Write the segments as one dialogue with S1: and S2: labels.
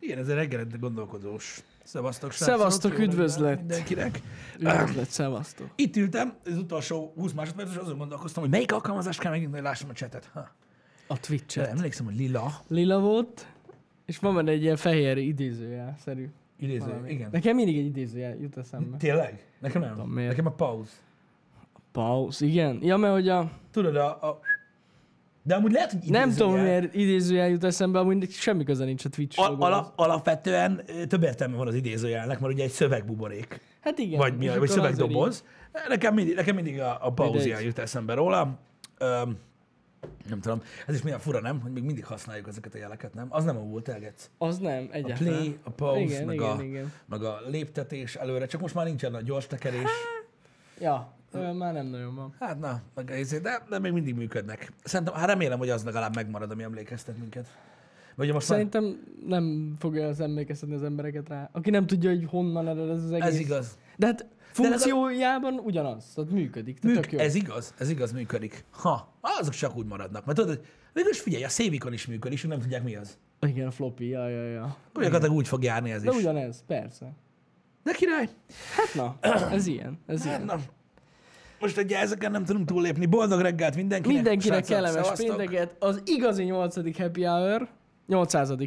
S1: Igen, ez egy reggelente gondolkodós. Szevasztok, srácok.
S2: Szevasztok,
S1: Jó reggelt
S2: üdvözlet.
S1: Mindenkinek.
S2: Üdvözlet, szevasztok.
S1: Itt ültem, az utolsó 20 másodperc, és azon gondolkoztam, hogy melyik alkalmazást kell megnyitni, hogy lássam a chatet. Ha.
S2: A
S1: Chat.
S2: Twitch-et.
S1: Emlékszem, hogy lila.
S2: Lila volt, és van benne egy ilyen fehér idézőjel szerű.
S1: Idéző,
S2: valami.
S1: igen.
S2: Nekem mindig egy idézőjel jut eszembe.
S1: Tényleg? Nekem nem.
S2: Tudom, miért.
S1: Nekem a pause.
S2: Pauz, igen. Ja, mert hogy a...
S1: Tudod, a, a... De amúgy lehet, hogy
S2: Nem tudom,
S1: idézőjel.
S2: miért idézőjel jut eszembe, amúgy semmi köze nincs a Twitch
S1: Al-
S2: logóhoz.
S1: ala- alapvetően ö, több értelme van az idézőjelnek, mert ugye egy szövegbuborék.
S2: Hát igen.
S1: Vagy mi,
S2: és
S1: vagy
S2: akkor azért
S1: szövegdoboz. Nekem mindig, nekem mindig a, a pauzia
S2: Mindegy.
S1: jut eszembe róla. Öm, nem tudom, ez is milyen fura, nem? Hogy még mindig használjuk ezeket a jeleket, nem? Az nem a volt elgetsz.
S2: így- Az nem,
S1: A
S2: egyáltalán.
S1: play, a pause,
S2: igen,
S1: meg,
S2: igen,
S1: a,
S2: igen.
S1: meg a léptetés előre, csak most már nincsen a gyors tekerés.
S2: Hát. Ja, olyan már nem nagyon van.
S1: Hát na, meg a izé, de, de még mindig működnek. Szerintem, hát remélem, hogy az legalább megmarad, ami emlékeztet minket. Vagy most már,
S2: Szerintem nem fogja az emlékeztetni az embereket rá. Aki nem tudja, hogy honnan ered ez az egész.
S1: ez igaz.
S2: De hát funkciójában ugyanaz, tehát működik, tehát tök
S1: Műk,
S2: jó.
S1: ez igaz, ez igaz, működik. Ha, azok csak úgy maradnak. Mert tudod, végül is figyelj, a szévikon is működik, és ők nem tudják mi az.
S2: Igen, a floppy, ja, ja, ja.
S1: Gyakorlatilag úgy fog járni ez
S2: De
S1: is.
S2: ugyanez, persze.
S1: De király?
S2: Hát na, ez ilyen, ez
S1: Hát
S2: ilyen.
S1: na. Most ugye ezeken nem tudunk túllépni. Boldog reggelt mindenkinek.
S2: Mindenkinek
S1: Srácok,
S2: kellemes
S1: szevasztok.
S2: pénteket, az igazi 8. happy hour, 800. nem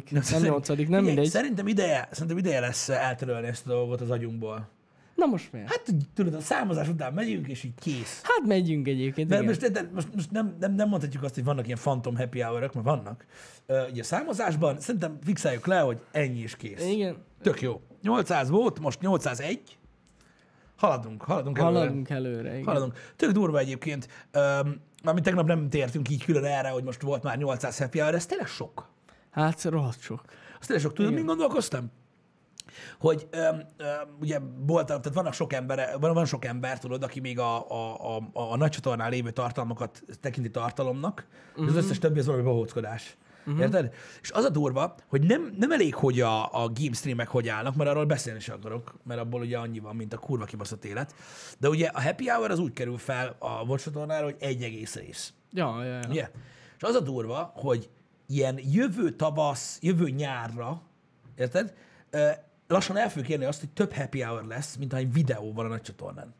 S2: 8. nem
S1: Figyelj,
S2: mindegy.
S1: Szerintem ideje, szerintem ideje lesz eltörölni ezt a dolgot az agyunkból.
S2: Na most miért?
S1: Hát tudod, a számozás után megyünk, és így kész.
S2: Hát megyünk egyébként,
S1: Mert
S2: igen.
S1: most, de, most, most nem, nem, nem mondhatjuk azt, hogy vannak ilyen phantom happy hour mert vannak. Ö, Ugye a számozásban szerintem fixáljuk le, hogy ennyi is kész.
S2: Igen,
S1: Tök jó. 800 volt, most 801. Haladunk, haladunk előre.
S2: haladunk előre, igen.
S1: Haladunk. Tök durva egyébként. Öm, Mármint tegnap nem tértünk így külön erre, hogy most volt már 800 happy hour, ez tényleg sok.
S2: Hát rohadt sok.
S1: Ez tényleg sok. Tudod,
S2: Igen.
S1: mint gondolkoztam? Hogy öm, öm, ugye volt, tehát vannak sok ember, van, van sok ember, tudod, aki még a, a, a, a nagy csatornán lévő tartalmakat tekinti tartalomnak, uh-huh. és az összes többi az valami bohóckodás. Uh-huh. Érted? És az a durva, hogy nem, nem elég, hogy a, a game streamek hogy állnak, mert arról beszélni sem akarok, mert abból ugye annyi van, mint a kurva kibaszott élet. De ugye a happy hour az úgy kerül fel a Watch csatornára, hogy egy egész rész.
S2: Ja, ja, ja.
S1: Ugye? És az a durva, hogy ilyen jövő tavasz, jövő nyárra, érted? Ö, Lassan el fogjuk érni azt, hogy több happy hour lesz, mint ha egy videó van a nagy csatornán.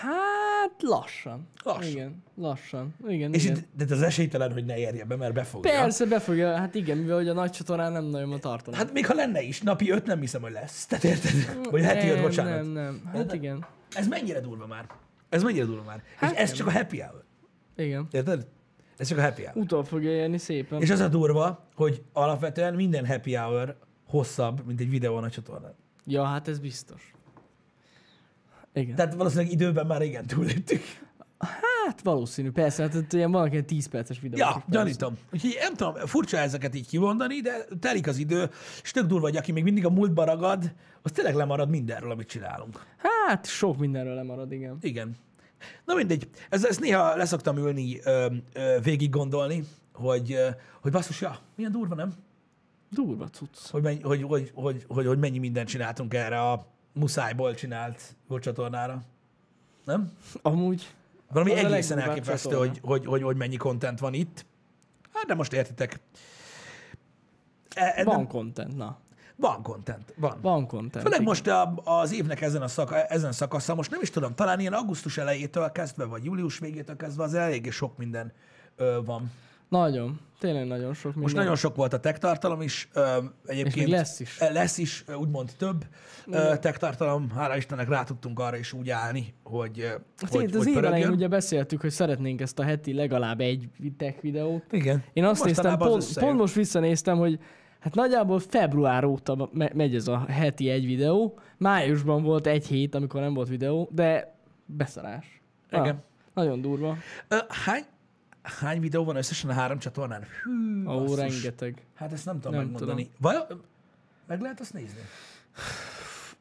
S2: Hát lassan.
S1: Lassan.
S2: Igen, lassan. Igen,
S1: És
S2: igen.
S1: itt, de ez esélytelen, hogy ne érje be, mert befogja.
S2: Persze befogja, hát igen, mivel hogy a nagy csatornán nem nagyon a tartalom.
S1: Hát még ha lenne is, napi öt nem hiszem, hogy lesz. Tehát érted? Vagy heti öt,
S2: Mm, nem,
S1: bocsánat.
S2: nem, nem. Hát
S1: Érted?
S2: igen.
S1: Ez mennyire durva már? Ez mennyire durva már?
S2: Hát
S1: És ez
S2: nem.
S1: csak a happy hour.
S2: Igen.
S1: Érted? Ez csak a happy hour.
S2: Utol fogja élni szépen.
S1: És az a durva, hogy alapvetően minden happy hour hosszabb, mint egy videó a csatornán.
S2: Ja, hát ez biztos. Igen. De...
S1: Tehát valószínűleg időben már igen túléptük.
S2: Hát valószínű, persze, hát itt ilyen vannak ilyen 10 perces videók.
S1: Ja, gyanítom. Úgyhogy nem tudom, furcsa ezeket így kimondani, de telik az idő, és tök durva, hogy aki még mindig a múltba ragad, az tényleg lemarad mindenről, amit csinálunk.
S2: Hát sok mindenről lemarad, igen.
S1: Igen. Na mindegy, ez, ezt néha leszoktam ülni, ö, ö, végig gondolni, hogy, ö, hogy basszus, ja, milyen durva, nem?
S2: Durva cucc.
S1: Hogy, mennyi, hogy, hogy, hogy, hogy, hogy mennyi mindent csináltunk erre a muszájból csinált csatornára. Nem?
S2: Amúgy
S1: Valami
S2: Az a
S1: egészen
S2: legdurvább
S1: elképesztő,
S2: csatorna.
S1: hogy, hogy, hogy, hogy mennyi content van itt. Hát de most értitek. E, e,
S2: van
S1: nem,
S2: content, na.
S1: van content, van. van.
S2: Van content.
S1: Főleg
S2: igen.
S1: most a, az évnek ezen a szaka, ezen szakasza, most nem is tudom, talán ilyen augusztus elejétől kezdve, vagy július végétől kezdve, az eléggé sok minden ö, van. Most
S2: Nagyon, tényleg nagyon sok minden.
S1: nagyon sok volt a tech tartalom is, ö,
S2: És
S1: egyébként
S2: még lesz is.
S1: E, Lesz is, ö, úgymond több ö, tech tartalom, hála Istennek rá tudtunk arra is úgy állni, hogy, ö,
S2: Hát
S1: hogy,
S2: itt az
S1: hogy
S2: év elején
S1: pörögjön.
S2: ugye beszéltük, hogy szeretnénk ezt a heti legalább egy tech videót.
S1: Igen.
S2: Én azt néztem,
S1: Mostanában az
S2: pont,
S1: összejön.
S2: pont most visszanéztem, hogy hát nagyjából február óta me- megy ez a heti egy videó. Májusban volt egy hét, amikor nem volt videó, de beszarás. Na,
S1: Igen.
S2: Nagyon durva.
S1: Ö, hány, hány videó van összesen a három csatornán? Hű,
S2: Ó,
S1: basszus.
S2: rengeteg.
S1: Hát ezt nem tudom
S2: Nem
S1: megmondani. Vaj, meg lehet azt nézni?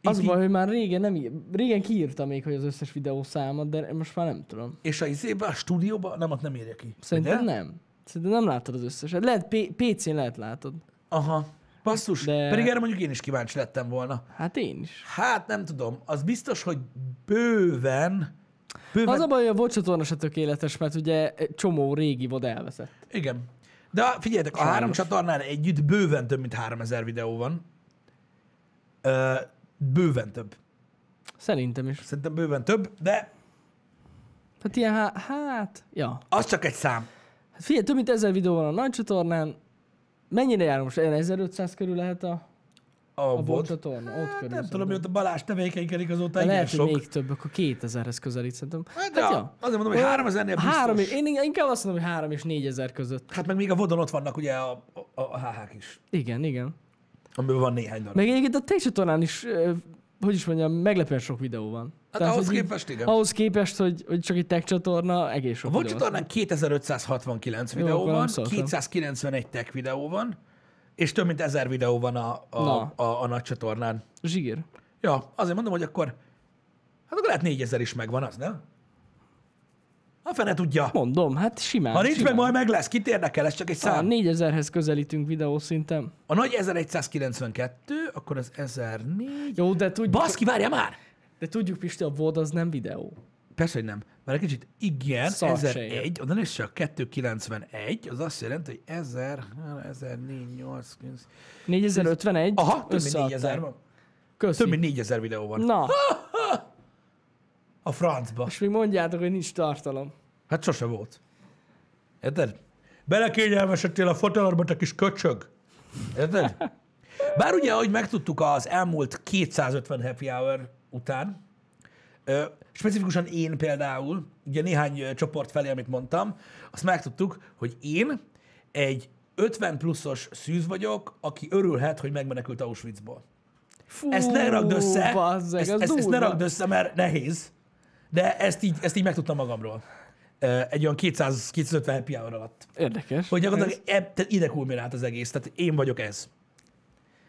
S2: Az
S1: Így-
S2: baj, hogy már régen, nem, í- régen kiírta még, hogy az összes videó számot, de most már nem tudom.
S1: És a izébe, a stúdióba, nem, ott nem írja ki.
S2: Szerintem
S1: Ugye?
S2: nem. Szerintem nem látod az összeset. Lehet, P- PC-n lehet látod.
S1: Aha. Basszus, De...
S2: De-
S1: pedig erre mondjuk én is kíváncsi lettem volna.
S2: Hát én is.
S1: Hát nem tudom, az biztos, hogy bőven, bőven,
S2: Az a baj, hogy a vocsatorna se tökéletes, mert ugye egy csomó régi vod elveszett.
S1: igen. De figyeljetek, a
S2: Sajnos.
S1: három csatornán együtt bőven több, mint 3000 videó van. Ö, bőven több.
S2: Szerintem is.
S1: Szerintem bőven több, de
S2: Tehát ilyen, há- hát, ja.
S1: az csak egy szám.
S2: Hát figyelj, több mint ezer videó van a nagy csatornán. Mennyire jár most? Ilyen 1500 körül lehet a,
S1: A,
S2: a volt
S1: volt.
S2: csatorna? Ott
S1: Hát
S2: körül
S1: nem tudom,
S2: szerintem.
S1: mióta Balázs tevékenykedik azóta,
S2: De
S1: igen
S2: lehet,
S1: sok.
S2: hogy még több, akkor 2000-hez közelít szerintem.
S1: Hát, de ja. Azért mondom, hogy 3000-nél biztos.
S2: Három, és- én inkább azt mondom, hogy három és négyezer között.
S1: Hát meg még a vodon ott vannak ugye a, a, a HH-k is,
S2: Igen, igen.
S1: amiben van néhány darab.
S2: Meg egyébként a te csatornán is, ö, hogy is mondjam, meglepően sok videó van.
S1: Hát ahhoz
S2: hogy így-
S1: képest igen.
S2: ahhoz képest, hogy, hogy csak egy tech csatorna, egész sok
S1: A Volt
S2: videó
S1: csatornán 2569
S2: Jó,
S1: videó
S2: akkor nem
S1: van,
S2: szóltam.
S1: 291 tech videó van, és több mint 1000 videó van a, a,
S2: Na.
S1: a, a nagy csatornán.
S2: van. Zsír.
S1: Ja, azért mondom, hogy akkor, hát akkor lehet 4000 is megvan az, nem? A fene tudja.
S2: Mondom, hát simán.
S1: Ha nincs
S2: simán.
S1: meg, majd meg lesz. Kit érdekel, ez csak egy
S2: Á,
S1: szám.
S2: 4000-hez közelítünk videó szinten.
S1: A nagy 1192, akkor az 1004.
S2: Jó, de tudjuk,
S1: Baszki, várja már!
S2: de tudjuk Pisti, a VOD az nem videó.
S1: Persze, hogy nem. Mert egy kicsit igen,
S2: Szar se
S1: 1001, onnan is csak 291, az azt jelenti, hogy hát, 1000, 1004, 8, 9.
S2: 4051
S1: Aha, több mint
S2: összeadták.
S1: 4000 van.
S2: Köszi.
S1: Több mint 4000 videó van.
S2: Na,
S1: A francba.
S2: és még mondjátok, hogy nincs tartalom.
S1: Hát sose volt. Érted? Belekényelmesedtél a fotelorba, te kis köcsög. Érted? Bár ugye, ahogy megtudtuk az elmúlt 250 happy hour után, ö, specifikusan én például, ugye néhány ö, csoport felé, amit mondtam, azt megtudtuk, hogy én egy 50 pluszos szűz vagyok, aki örülhet, hogy megmenekült Auschwitzból.
S2: Fú,
S1: Ezt ne rakd össze,
S2: Bazzeg,
S1: ezt,
S2: az
S1: ezt, ezt ne
S2: durva.
S1: rakd össze, mert nehéz. De ezt így, ezt így megtudtam magamról. Ö, Egy olyan 200-250 happy hour alatt.
S2: Érdekes.
S1: Hogy gyakorlatilag eb, tehát ide kulminált az egész, tehát én vagyok ez.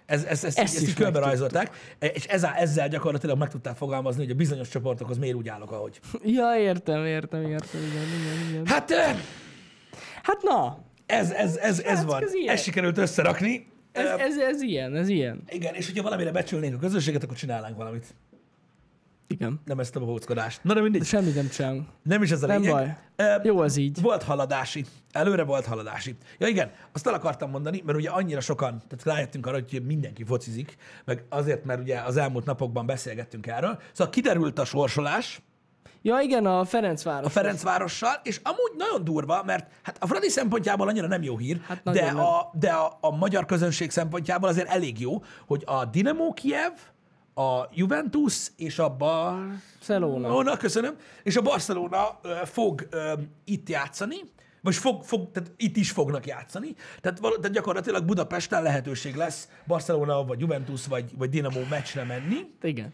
S1: Ez, ez, ez,
S2: Ezt
S1: ezt, ezt
S2: is
S1: így körbe rajzolták, és ezzel, ezzel gyakorlatilag meg tudták fogalmazni, hogy a bizonyos csoportokhoz miért úgy állok, ahogy.
S2: Ja, értem, értem, értem, igen, igen, igen.
S1: Hát ö,
S2: Hát na,
S1: ez, ez, ez, ez
S2: Srácok,
S1: van.
S2: Hát, ez ilyen.
S1: Ezt sikerült összerakni.
S2: ez,
S1: Ö,
S2: ez, ez ilyen, ez ilyen.
S1: Igen, és hogyha valamire becsülnénk a közösséget, akkor csinálnánk valamit.
S2: Igen.
S1: Nem ezt a bohóckodást. Na de
S2: De
S1: mindegy,
S2: semmit nem csinálunk.
S1: nem is ez a
S2: Nem
S1: lényeg.
S2: baj.
S1: Ö,
S2: Jó ez így.
S1: Volt haladási. Előre volt haladási. Ja igen, azt el akartam mondani, mert ugye annyira sokan, tehát rájöttünk arra, hogy mindenki focizik, meg azért, mert ugye az elmúlt napokban beszélgettünk erről. Szóval kiderült a sorsolás
S2: Ja, igen, a
S1: a
S2: Ferencváros.
S1: Ferencvárossal, és amúgy nagyon durva, mert hát a Fradi szempontjából annyira nem jó hír,
S2: Hát nagyon
S1: de,
S2: nem.
S1: a, de a, a magyar közönség szempontjából azért elég jó, hogy a Dinamo Kiev, a Juventus és a Bar...
S2: Barcelona.
S1: Barcelona, köszönöm. És a Barcelona ö, fog ö, itt játszani, vagy fog, fog, tehát itt is fognak játszani. Tehát, val- tehát gyakorlatilag Budapesten lehetőség lesz Barcelona, vagy Juventus, vagy, vagy Dinamo meccsre menni,
S2: Igen.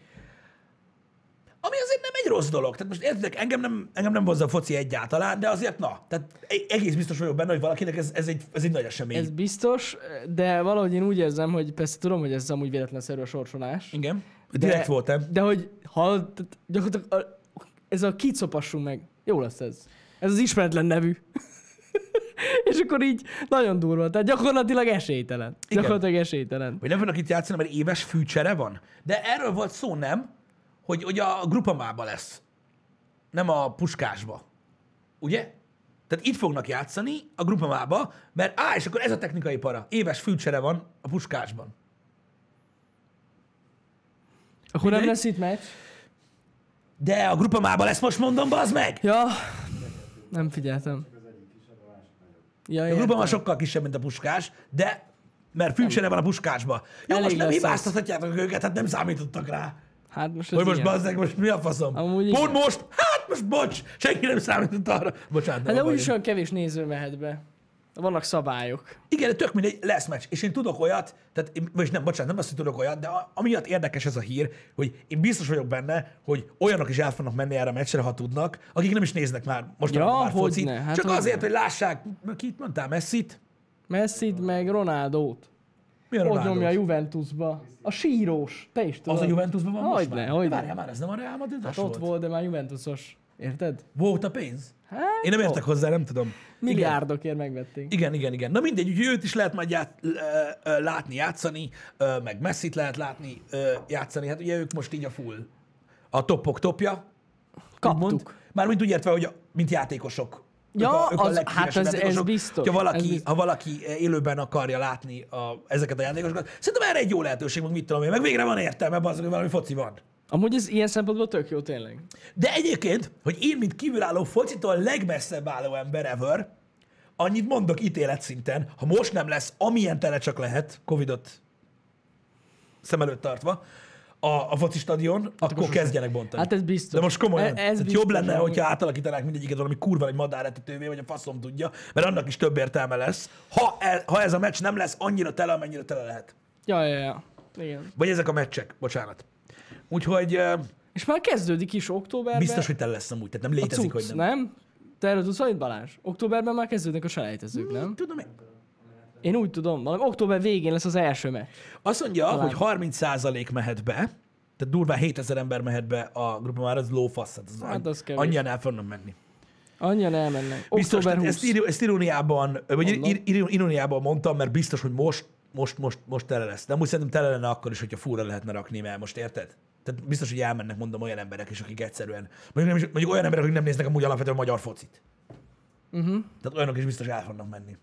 S1: ami azért nem egy rossz dolog. Tehát most értitek, engem nem, engem nem vonza a foci egyáltalán, de azért na, tehát e- egész biztos vagyok benne, hogy valakinek ez, ez, egy, ez egy nagy esemény.
S2: Ez
S1: Ez...
S2: biztos, de valahogy én úgy érzem, hogy persze tudom, hogy ez amúgy véletlenszerű a sorsolás.
S1: Igen.
S2: De,
S1: Direkt voltam.
S2: De hogy hall, tehát gyakorlatilag a, ez a kicopassunk meg. Jó lesz ez. Ez az ismeretlen nevű. És akkor így nagyon durva. Tehát gyakorlatilag esélytelen.
S1: Igen.
S2: Gyakorlatilag esélytelen.
S1: Vagy nem fognak itt játszani, mert éves fűcsere van. De erről volt szó, nem? Hogy, hogy a grupamába lesz. Nem a puskásba. Ugye? Tehát itt fognak játszani a grupamába, mert á, és akkor ez a technikai para. Éves fűcsere van a puskásban.
S2: Akkor nem
S1: Mindegy.
S2: lesz itt meccs?
S1: De a grupamába lesz, most mondom, bazd meg!
S2: Ja, nem figyeltem. Ja,
S1: A
S2: értem.
S1: grupama sokkal kisebb, mint a puskás, de mert fűcsere van a puskásba. Jó,
S2: Elég
S1: most nem
S2: lesz
S1: hibáztathatjátok őket, hát nem számítottak rá.
S2: Hát most ez
S1: Hogy most
S2: ilyen.
S1: bazdeg, most mi a faszom?
S2: Amúgy
S1: Pont
S2: igen.
S1: most? Hát most bocs, senki nem számított arra. Bocsánat, nem
S2: Hát de
S1: abba
S2: úgyis
S1: vagyok.
S2: olyan kevés néző mehet be. Vannak szabályok.
S1: Igen, de tök mindegy, lesz meccs. És én tudok olyat, tehát, én, vagyis nem, bocsánat, nem azt, hogy tudok olyat, de a, amiatt érdekes ez a hír, hogy én biztos vagyok benne, hogy olyanok is el fognak menni erre a meccsre, ha tudnak, akik nem is néznek már most
S2: Ja,
S1: már focit,
S2: hogyne, hát
S1: csak
S2: hogyne.
S1: azért, hogy lássák, kit mondtál, Messit?
S2: Messi-t meg Ronaldót.
S1: Mi a
S2: Ott nyomja a
S1: Ronaldo?
S2: Juventusba. A sírós. Te is tudod.
S1: Az a Juventusban van most
S2: Hogyne,
S1: már?
S2: hogyne.
S1: Várjál már, ez nem a Real Madrid hát
S2: Ott volt. volt, de már Juventusos. Érted?
S1: Volt a pénz?
S2: Hát,
S1: Én nem értek
S2: ott.
S1: hozzá, nem tudom. Igen.
S2: Milliárdokért megvették.
S1: Igen, igen, igen. Na mindegy, úgyhogy őt is lehet majd ját, ö, ö, látni, játszani, ö, meg Messit lehet látni, ö, játszani. Hát ugye ők most így a full, a topok topja.
S2: Kaptuk.
S1: úgymond. Mármint úgy értve, hogy a, mint játékosok
S2: Ja,
S1: ők a, ők a
S2: az- hát
S1: leghíresebb
S2: ez- ez
S1: játékosok.
S2: biztos,
S1: Ha
S2: ez
S1: valaki,
S2: biztos.
S1: ha valaki élőben akarja látni a, ezeket a játékosokat, szerintem erre egy jó lehetőség, meg mit tudom én, meg végre van értelme, bazzag, hogy valami foci van.
S2: Amúgy ez ilyen szempontból tök jó tényleg.
S1: De egyébként, hogy én, mint kívülálló focitól legmesszebb álló ember ever, annyit mondok ítélet szinten, ha most nem lesz, amilyen tele csak lehet, Covidot szem előtt tartva, a, a foci stadion, akkor kezdjenek bontani.
S2: Hát ez biztos.
S1: De most komolyan,
S2: E-
S1: ez,
S2: ez
S1: ez
S2: biztos,
S1: jobb lenne,
S2: amúgy.
S1: hogyha átalakítanák mindegyiket valami kurva egy madáretetővé, vagy a faszom tudja, mert annak is több értelme lesz, ha, el, ha ez a meccs nem lesz annyira tele, amennyire tele lehet.
S2: Ja, ja, ja. Igen.
S1: Vagy ezek a meccsek, bocsánat. Úgyhogy ö,
S2: És már kezdődik is októberben.
S1: biztos, hogy tele lesz amúgy, tehát nem
S2: a
S1: létezik,
S2: cucc,
S1: hogy nem.
S2: nem? Te erről tudsz valamit, Balázs? Októberben már kezdődnek a selejtezők, nem?
S1: Tudom én.
S2: Én úgy tudom, valami október végén lesz az első meccs.
S1: Azt mondja,
S2: Talán.
S1: hogy 30% mehet be, tehát durván 7000 ember mehet be a grupa már, az lófasz, hát az
S2: Hát az kevés.
S1: annyian el fognak menni.
S2: Annyian elmennek.
S1: Biztos,
S2: Október
S1: tehát
S2: 20.
S1: ezt, író- ezt iróniában, vagy ir,
S2: Mondom.
S1: ir, ir, iróniában mondtam, mert biztos, hogy most, most, most, most tele lesz. De úgy szerintem tele lenne akkor is, hogyha fúra lehetne rakni, mert most érted? Tehát biztos, hogy elmennek, mondom, olyan emberek is, akik egyszerűen, mondjuk, nem is, mondjuk olyan emberek, akik nem néznek amúgy alapvetően magyar focit.
S2: Mhm.
S1: Uh-huh. Tehát olyanok is biztos el fognak menni.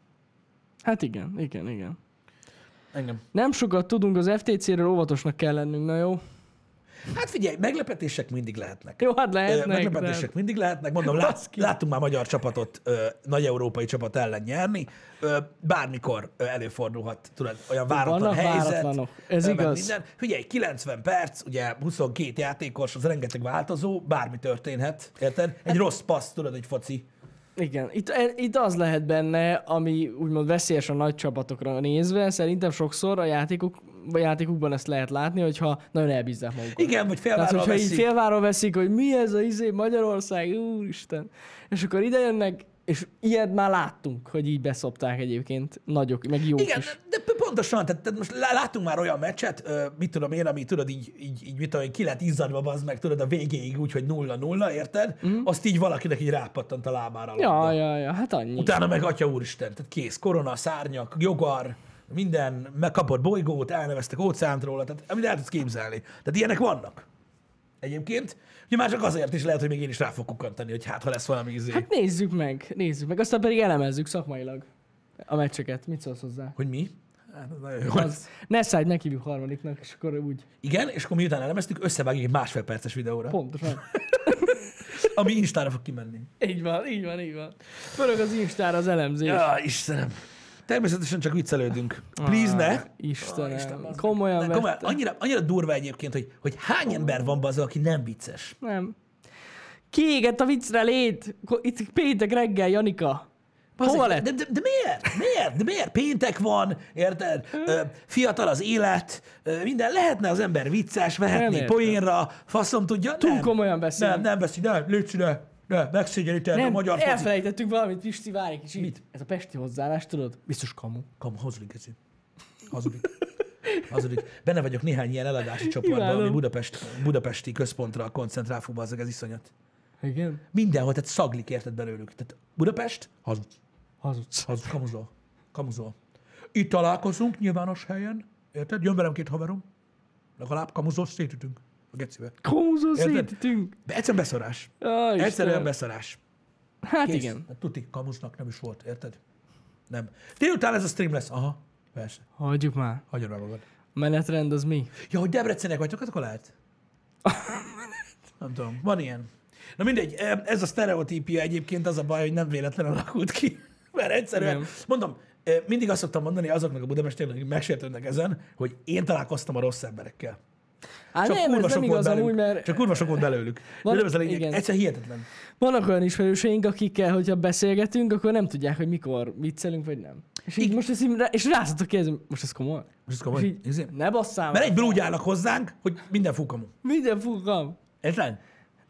S2: Hát igen, igen, igen.
S1: Engem.
S2: Nem sokat tudunk az FTC-ről, óvatosnak kell lennünk, na jó?
S1: Hát figyelj, meglepetések mindig lehetnek.
S2: Jó, hát
S1: Ö,
S2: lehetnek.
S1: Meglepetések
S2: de-
S1: mindig lehetnek. Mondom, lát,
S2: Baszki.
S1: láttunk már magyar csapatot, ö, nagy európai csapat ellen nyerni. Ö, bármikor ö, előfordulhat tudod, olyan váratlan
S2: Vannak
S1: helyzet.
S2: váratlanok. Ez
S1: ö, meg
S2: igaz.
S1: Minden. Figyelj, 90 perc, ugye 22 játékos, az rengeteg változó, bármi történhet, érted?
S2: Hát-
S1: Egy rossz passz, tudod, egy foci.
S2: Igen, itt, e- itt az lehet benne, ami úgymond veszélyes a nagy csapatokra nézve, szerintem sokszor a játékok, a játékukban ezt lehet látni, hogyha nagyon elbízzák magukat.
S1: Igen, vagy
S2: Tehát,
S1: félvállal
S2: hogyha veszik. így
S1: veszik.
S2: félváról veszik, hogy mi ez a izé Magyarország, úristen. És akkor ide jönnek, és ilyet már láttunk, hogy így beszopták egyébként nagyok, meg jók
S1: Igen,
S2: is.
S1: de p- pontosan, tehát, tehát most lá- láttunk már olyan meccset, ö, mit tudom én, ami tudod így, így, így mit tudom én, ki lett izzadva, bazd meg, tudod a végéig úgy, hogy nulla-nulla, érted? Mm. Azt így valakinek így rápattant a lábára. a labda.
S2: Mhm. Ja, ja, ja, hát annyi.
S1: Utána meg Atya Úristen, tehát kész, korona, szárnyak, jogar, minden, megkapott bolygót, elneveztek óceánt róla, tehát amit el tudsz képzelni. Tehát ilyenek vannak. Egyébként, ugye már csak azért is lehet, hogy még én is rá fogok kukkantani, hogy hát, ha lesz valami izé,
S2: Hát nézzük meg, nézzük meg. Aztán pedig elemezzük szakmailag a meccseket. Mit szólsz hozzá?
S1: hogy mi. Hát, az nagyon jó lesz.
S2: Az, ne szállj, ne hívjuk harmadiknak, és akkor úgy.
S1: Igen, és akkor miután elemeztük, összevágjuk egy másfél perces videóra,
S2: Pontosan.
S1: ami Instára fog kimenni.
S2: így van, így van, így van. Pörög az Instára az elemzés.
S1: Ja, Istenem. Ah. Természetesen csak viccelődünk. Please ne. Ó,
S2: Istenem,
S1: bazd meg.
S2: komolyan
S1: ne, komolyan
S2: vetted.
S1: annyira, annyira durva egyébként, hogy, hogy hány ember van az, aki nem vicces.
S2: Nem. Kiégett a viccre lét. Ko- Itt péntek reggel, Janika.
S1: Bazd
S2: Hova
S1: meg,
S2: lett?
S1: De, de, de miért? Miért? De miért? Péntek van, érted? Ö, Fiatal az élet, ö, minden. Lehetne az ember vicces,
S2: Nem
S1: vehetné
S2: értem.
S1: poénra, faszom tudja.
S2: Túl
S1: nem.
S2: komolyan beszél.
S1: Nem, nem veszi, nem, légy ne, ne, megszégyeníted a
S2: nem
S1: magyar foci.
S2: elfelejtettük valamit, Pisti, várj egy kicsit. Mit? Ez a pesti hozzáállás, tudod? Biztos kamu.
S1: Kam, hazudik ez. Hazudik. Hazudik. Benne vagyok néhány ilyen eladási csoportban, ami
S2: Imádom.
S1: Budapest, budapesti központra koncentrál fú, bazzeg, ez iszonyat.
S2: Igen.
S1: Mindenhol, tehát szaglik érted belőlük. Tehát Budapest, hazudsz,
S2: Hazudsz.
S1: hazudsz, kamuzol, kamuzol. Itt találkozunk nyilvános helyen, érted? Jön velem két haverom, legalább kamuzol, szétütünk a gecibe.
S2: Kamuzol
S1: Érted?
S2: szétítünk.
S1: De egyszerűen beszarás.
S2: Ah,
S1: Egyszerűen beszarás.
S2: Hát
S1: Kész.
S2: igen.
S1: Hát Tuti, kamuznak nem is volt, érted? Nem. Délután ez a stream lesz. Aha, persze.
S2: Hagyjuk már.
S1: Hagyod meg magad.
S2: A menetrend az mi?
S1: Ja, hogy Debrecenek vagytok, hát akkor lehet. Nem tudom, van ilyen. Na mindegy, e, ez a sztereotípia egyébként az a baj, hogy nem véletlenül alakult ki. Mert egyszerűen,
S2: Igen.
S1: mondom, e, mindig azt szoktam mondani azoknak a budapestieknek, akik megsértődnek ezen, hogy én találkoztam a rossz emberekkel.
S2: Hát
S1: Csak
S2: nem,
S1: kurva
S2: ez
S1: sok
S2: nem
S1: volt
S2: igaz
S1: belőlük.
S2: amúgy, mert
S1: Csak kurva sok volt belőlük.
S2: Van-
S1: Van, De nem ez a lényeg.
S2: igen.
S1: Egyszer hihetetlen.
S2: vannak olyan ismerőseink, akikkel, hogyha beszélgetünk, akkor nem tudják, hogy mikor viccelünk, vagy nem. És így
S1: Igen.
S2: most ezt így, rá- és rászadtok ki, ez, most ez komoly?
S1: Most ez
S2: És
S1: komoly.
S2: így,
S1: Izé.
S2: ne basszál
S1: Mert
S2: már.
S1: egyből úgy állnak hozzánk, hogy minden fúkamú.
S2: Minden fugam.
S1: Érted?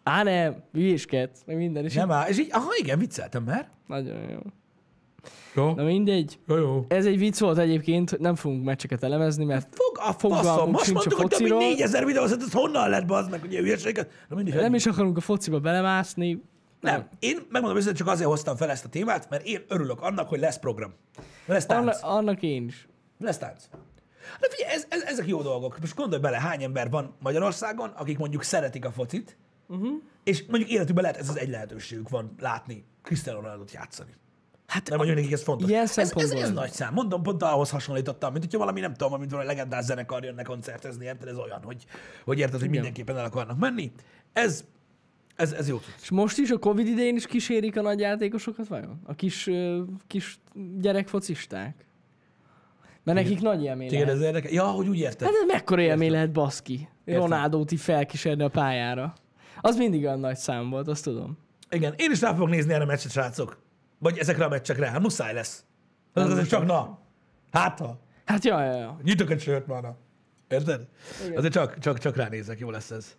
S2: Á nem, hülyéskedsz, meg minden, és így,
S1: Nem áll. És így, aha, igen, vicceltem már.
S2: nagyon jó.
S1: Jó,
S2: Na mindegy.
S1: jó, jó.
S2: Ez egy vicc volt egyébként, nem fogunk meccseket elemezni, mert
S1: Fog a
S2: Fogalmunk
S1: faszom, most
S2: sincs a
S1: mondtuk, hogy több mint
S2: fociról.
S1: 4000 videó, az ez honnan lett be az meg, hogy ilyen hülyeséget? Na mindig,
S2: nem is akarunk a fociba belemászni.
S1: nem. Én megmondom őszintén, csak azért hoztam fel ezt a témát, mert én örülök annak, hogy lesz program. Lesz tánc.
S2: Anna, annak én is.
S1: Lesz tánc. Hát De figyelj, ez, ez, ezek jó dolgok. Most gondolj bele, hány ember van Magyarországon, akik mondjuk szeretik a focit,
S2: Mhm.
S1: Uh-huh. És mondjuk életükben lehet ez az egy lehetőségük van látni Cristiano ronaldo játszani.
S2: Hát
S1: Nem mondjuk nekik ez fontos.
S2: Ilyen
S1: ez, ez, ez,
S2: szempontból.
S1: nagy szám. Mondom, pont ahhoz hasonlítottam, mint hogyha valami, nem tudom, mint valami legendás zenekar jönne koncertezni, érted? Ez olyan, hogy, hogy érted, hogy mindenképpen el akarnak menni. Ez, ez, ez jó. cucc.
S2: És most is, a Covid idején is kísérik a nagy játékosokat vajon? A kis, ö, kis gyerekfocisták? Mert nekik nagy élmény
S1: Téged
S2: lehet.
S1: ez érdekel? Ja, hogy úgy érted.
S2: Hát ez mekkora élmény lehet baszki?
S1: Értem.
S2: Ronaldót így felkísérni a pályára. Az mindig olyan nagy szám volt, azt tudom.
S1: Igen, én is rá fogok nézni erre a meccset, srácok. Vagy ezekre a meccsekre, hát muszáj lesz. Hát
S2: Nem
S1: azért
S2: muszáj.
S1: csak na. Hát ha.
S2: Hát jaj, jaj, jaj.
S1: Nyitok egy sört már. na. Érted?
S2: Igen.
S1: Azért csak, csak, csak ránézek, jó lesz ez.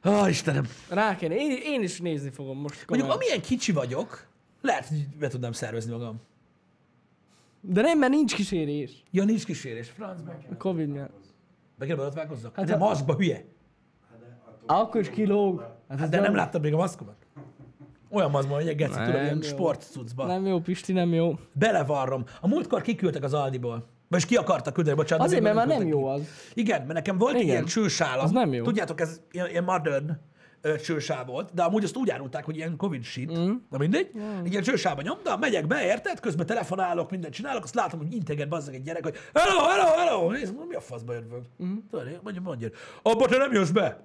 S1: Á, Istenem.
S2: Rá kéne. Én, én is nézni fogom most.
S1: Mondjuk,
S2: komolyan.
S1: amilyen kicsi vagyok, lehet, hogy be tudnám szervezni magam.
S2: De nem, mert nincs kísérés.
S1: Ja, nincs kísérés. Francba.
S2: A Covid miatt.
S1: Be kell beadválkozzak? Hát
S2: Hát
S1: de
S2: a-
S1: maszkba hülye.
S2: Akkor is kilóg. Hát ez
S1: Hát de nem
S2: nem-
S1: láttam még a maszkomat. Olyan maszkban, hogy egy geci,
S2: Nem
S1: tudod, ilyen
S2: jó.
S1: sportcucba.
S2: Nem jó, Pisti, nem jó.
S1: Belevarrom. A múltkor kiküldtek az Aldiból. Vagyis ki akartak küldeni, bocsánat.
S2: Azért,
S1: de
S2: mert már nem
S1: küldtek ki.
S2: jó az.
S1: Igen, mert nekem volt Igen.
S2: Igen.
S1: ilyen csősálam.
S2: Az nem jó.
S1: Tudjátok, ez ilyen, ilyen modern ö, csősá volt, de amúgy azt úgy árulták, hogy ilyen covid shit, mm. na mindegy. Mm. Ilyen csősába nyomda, megyek be, érted? Közben telefonálok, mindent csinálok, azt látom, hogy integet bazzeg egy gyerek, hogy hello, hello, hello! Nézd, mondom, mi a faszba jövök? Mm. Tudod, én- mondja, mondja, abba te nem jössz be!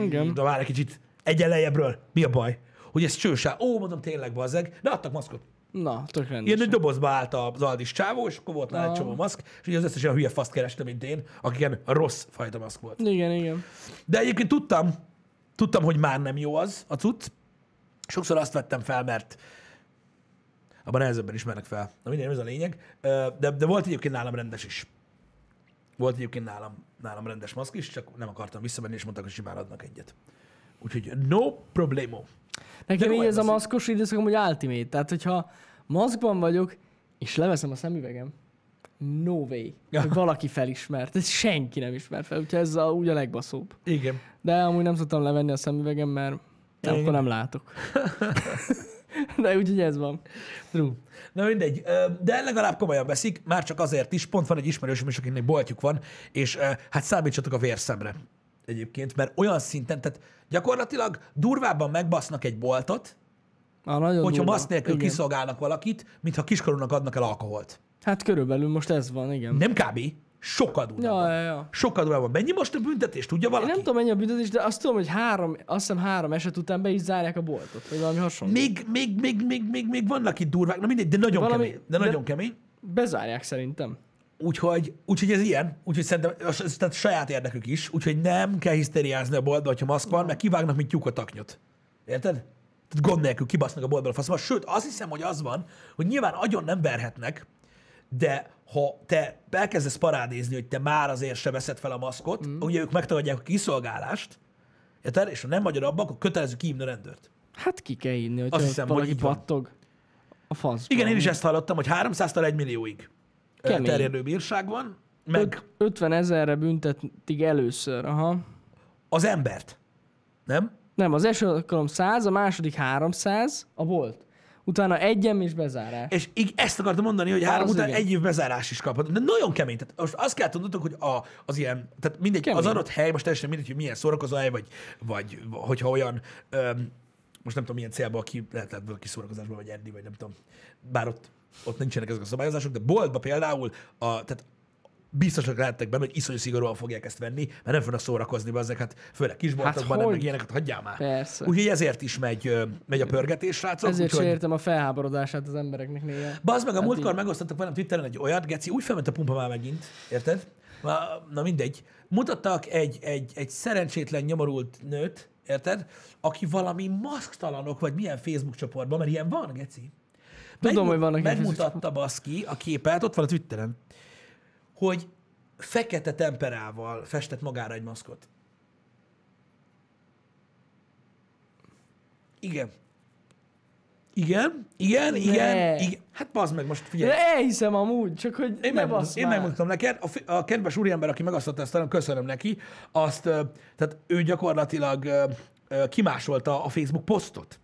S2: Igen.
S1: De várj egy kicsit, egy lejjebbről, mi a baj? Hogy ez csősá. Ó, mondom, tényleg bazzeg, de adtak maszkot.
S2: Na, tök rendes.
S1: Ilyen egy dobozba állt az Aldis csávó, és akkor volt nála
S2: Ah.
S1: egy csomó maszk, és így az összes olyan hülye faszt kerestem, mint én, akiken rossz fajta maszk volt.
S2: Igen, igen.
S1: De egyébként tudtam, tudtam, hogy már nem jó az a cucc. Sokszor azt vettem fel, mert abban nehezebben ismernek fel. Na mindegy, nem ez a lényeg. Ö, De, de volt egyébként nálam rendes is. Volt egyébként nálam, nálam rendes maszk is, csak nem akartam visszamenni, és mondtak, hogy simán adnak egyet. Úgyhogy no problemo.
S2: Nekem
S1: De
S2: így
S1: komolyan
S2: ez a
S1: veszik.
S2: maszkos időszakom, hogy ultimate. Tehát, hogyha maszkban vagyok, és leveszem a szemüvegem, no way,
S1: Ja.
S2: ja. hogy valaki felismert. Ez senki nem ismer fel, úgyhogy ez a, úgy a legbaszóbb.
S1: Igen.
S2: De amúgy nem szoktam levenni a szemüvegem, mert nem, akkor nem látok. De úgyhogy ez van.
S1: True. Na mindegy, Ö, de legalább komolyan veszik, már csak azért is, pont van egy ismerősöm is, akinek boltjuk van, és ö, hát számítsatok a vérszemre egyébként, mert olyan szinten, tehát gyakorlatilag durvábban megbasznak egy boltot,
S2: Na, nagyon
S1: hogyha
S2: durva.
S1: maszk nélkül
S2: Igen.
S1: kiszolgálnak valakit, mintha kiskorúnak adnak el alkoholt.
S2: Hát körülbelül most ez van, igen.
S1: Nem kb. Sokkal durvábban.
S2: Ja,
S1: Ja,
S2: ja, ja.
S1: sokkal durvábban. Mennyi most a büntetés, tudja
S2: Én
S1: valaki?
S2: nem tudom, mennyi a büntetés, de azt tudom, hogy három, azt hiszem három eset után be is zárják a boltot, vagy valami hasonló.
S1: Még, még, még, még, még, még vannak itt durvák, na mindegy, de nagyon
S2: Valami-
S1: kemény. De
S2: de-
S1: nagyon kemény.
S2: Bezárják szerintem.
S1: Úgyhogy, úgyhogy ez ilyen, úgyhogy szerintem az- ez, tehát saját érdekük is, úgyhogy nem kell hisztériázni a boltba, hogyha maszk van, mert kivágnak, mint tyúk a taknyot. Érted? Tehát gond nélkül kibasznak a boltba a faszba. Sőt, azt hiszem, hogy az van, hogy nyilván agyon nem verhetnek, de ha te elkezdesz parádézni, hogy te már azért se veszed fel a maszkot, mm. ugye ők megtagadják a kiszolgálást, érted? És ha nem magyar abban, akkor kötelező kiimni a rendőrt.
S2: Hát ki kell inni, hogyha
S1: Azt
S2: Azt
S1: hiszem,
S2: hiszem, valaki
S1: hogy így van.
S2: pattog. A fasz.
S1: Igen, én is ezt hallottam, hogy 300-tal 1 millióig ö,
S2: Mm. Kemény.
S1: terjedő bírság van, meg
S2: 50 ezerre büntetik először, aha.
S1: az embert. Nem?
S2: Nem, az első alkalom 100, a második 300, a volt. Utána egyem és bezárás.
S1: És így ezt akartam mondani, hogy három
S2: Az
S1: után
S2: igen.
S1: egy év bezárás is kaphat. De nagyon kemény. Tehát most azt kell tudnotok, hogy a, az ilyen, tehát mindegy, kemény.
S2: Kemény.
S1: az adott hely, most teljesen mindegy, hogy milyen szórakozó hely, vagy, vagy hogyha olyan, öm, most nem tudom, milyen célból ki lehet, lehet valaki szórakozásban, vagy enni, vagy nem tudom. Bár ott, ott nincsenek ezek a szabályozások, de boltba például, a, tehát biztosak lehettek benne, hogy iszonyú szigorúan fogják ezt venni, mert nem fognak szórakozni bazzek, hát főleg kisboltokban, hát nem
S2: hogy?
S1: meg ilyeneket, hagyjál már.
S2: Persze.
S1: Úgyhogy ezért is megy, ö, megy a pörgetés, srácok.
S2: Ezért se
S1: úgyhogy-
S2: értem a felháborodását az embereknek néha.
S1: Bazd meg, a múltkor
S2: így.
S1: megosztottak velem Twitteren egy olyat, Geci, úgy felment a pumpa már megint, érted? Na, na mindegy. Mutattak egy, egy, egy szerencsétlen nyomorult nőt, érted? Aki valami maszktalanok, vagy milyen Facebook csoportban, mert ilyen van, Geci.
S2: Tudom, hogy vannak ilyen
S1: Megmutatta baszki a képet, ott van a Twitteren, hogy fekete temperával festett magára egy maszkot. Igen. Igen, igen, igen,
S2: Ne.
S1: igen. Hát bazd meg, most figyelj.
S2: De elhiszem amúgy, csak hogy
S1: Én,
S2: ne
S1: megmutatom,
S2: bassz
S1: én
S2: már.
S1: megmutatom neked, a, fi- a kedves úriember, aki megasztotta ezt, nagyon köszönöm neki, azt, ö, tehát ő gyakorlatilag ö, ö, kimásolta a Facebook posztot.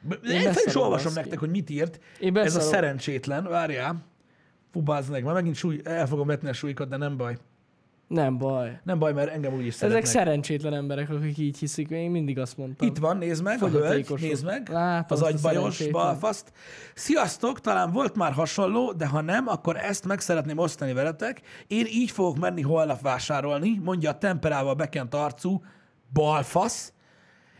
S1: B- Én fel is
S2: beszarom,
S1: olvasom
S2: baszki.
S1: nektek, hogy mit írt.
S2: Én
S1: Ez a
S2: beszarom.
S1: szerencsétlen, várjál. Fú, bázd meg, már megint súly, el fogom vetni a súlykot, de nem baj.
S2: Nem baj.
S1: Nem baj, mert engem úgy is
S2: Ezek
S1: szeretnek.
S2: szerencsétlen emberek, akik így hiszik, én mindig azt mondtam.
S1: Itt van, nézd meg, a hölgy,
S2: Fogyatékosok.
S1: nézd meg,
S2: Látom,
S1: az
S2: azt a
S1: agybajos
S2: szerencsétlen.
S1: balfaszt. Sziasztok, talán volt már hasonló, de ha nem, akkor ezt meg szeretném osztani veletek. Én így fogok menni holnap vásárolni, mondja a temperával bekent arcú balfasz.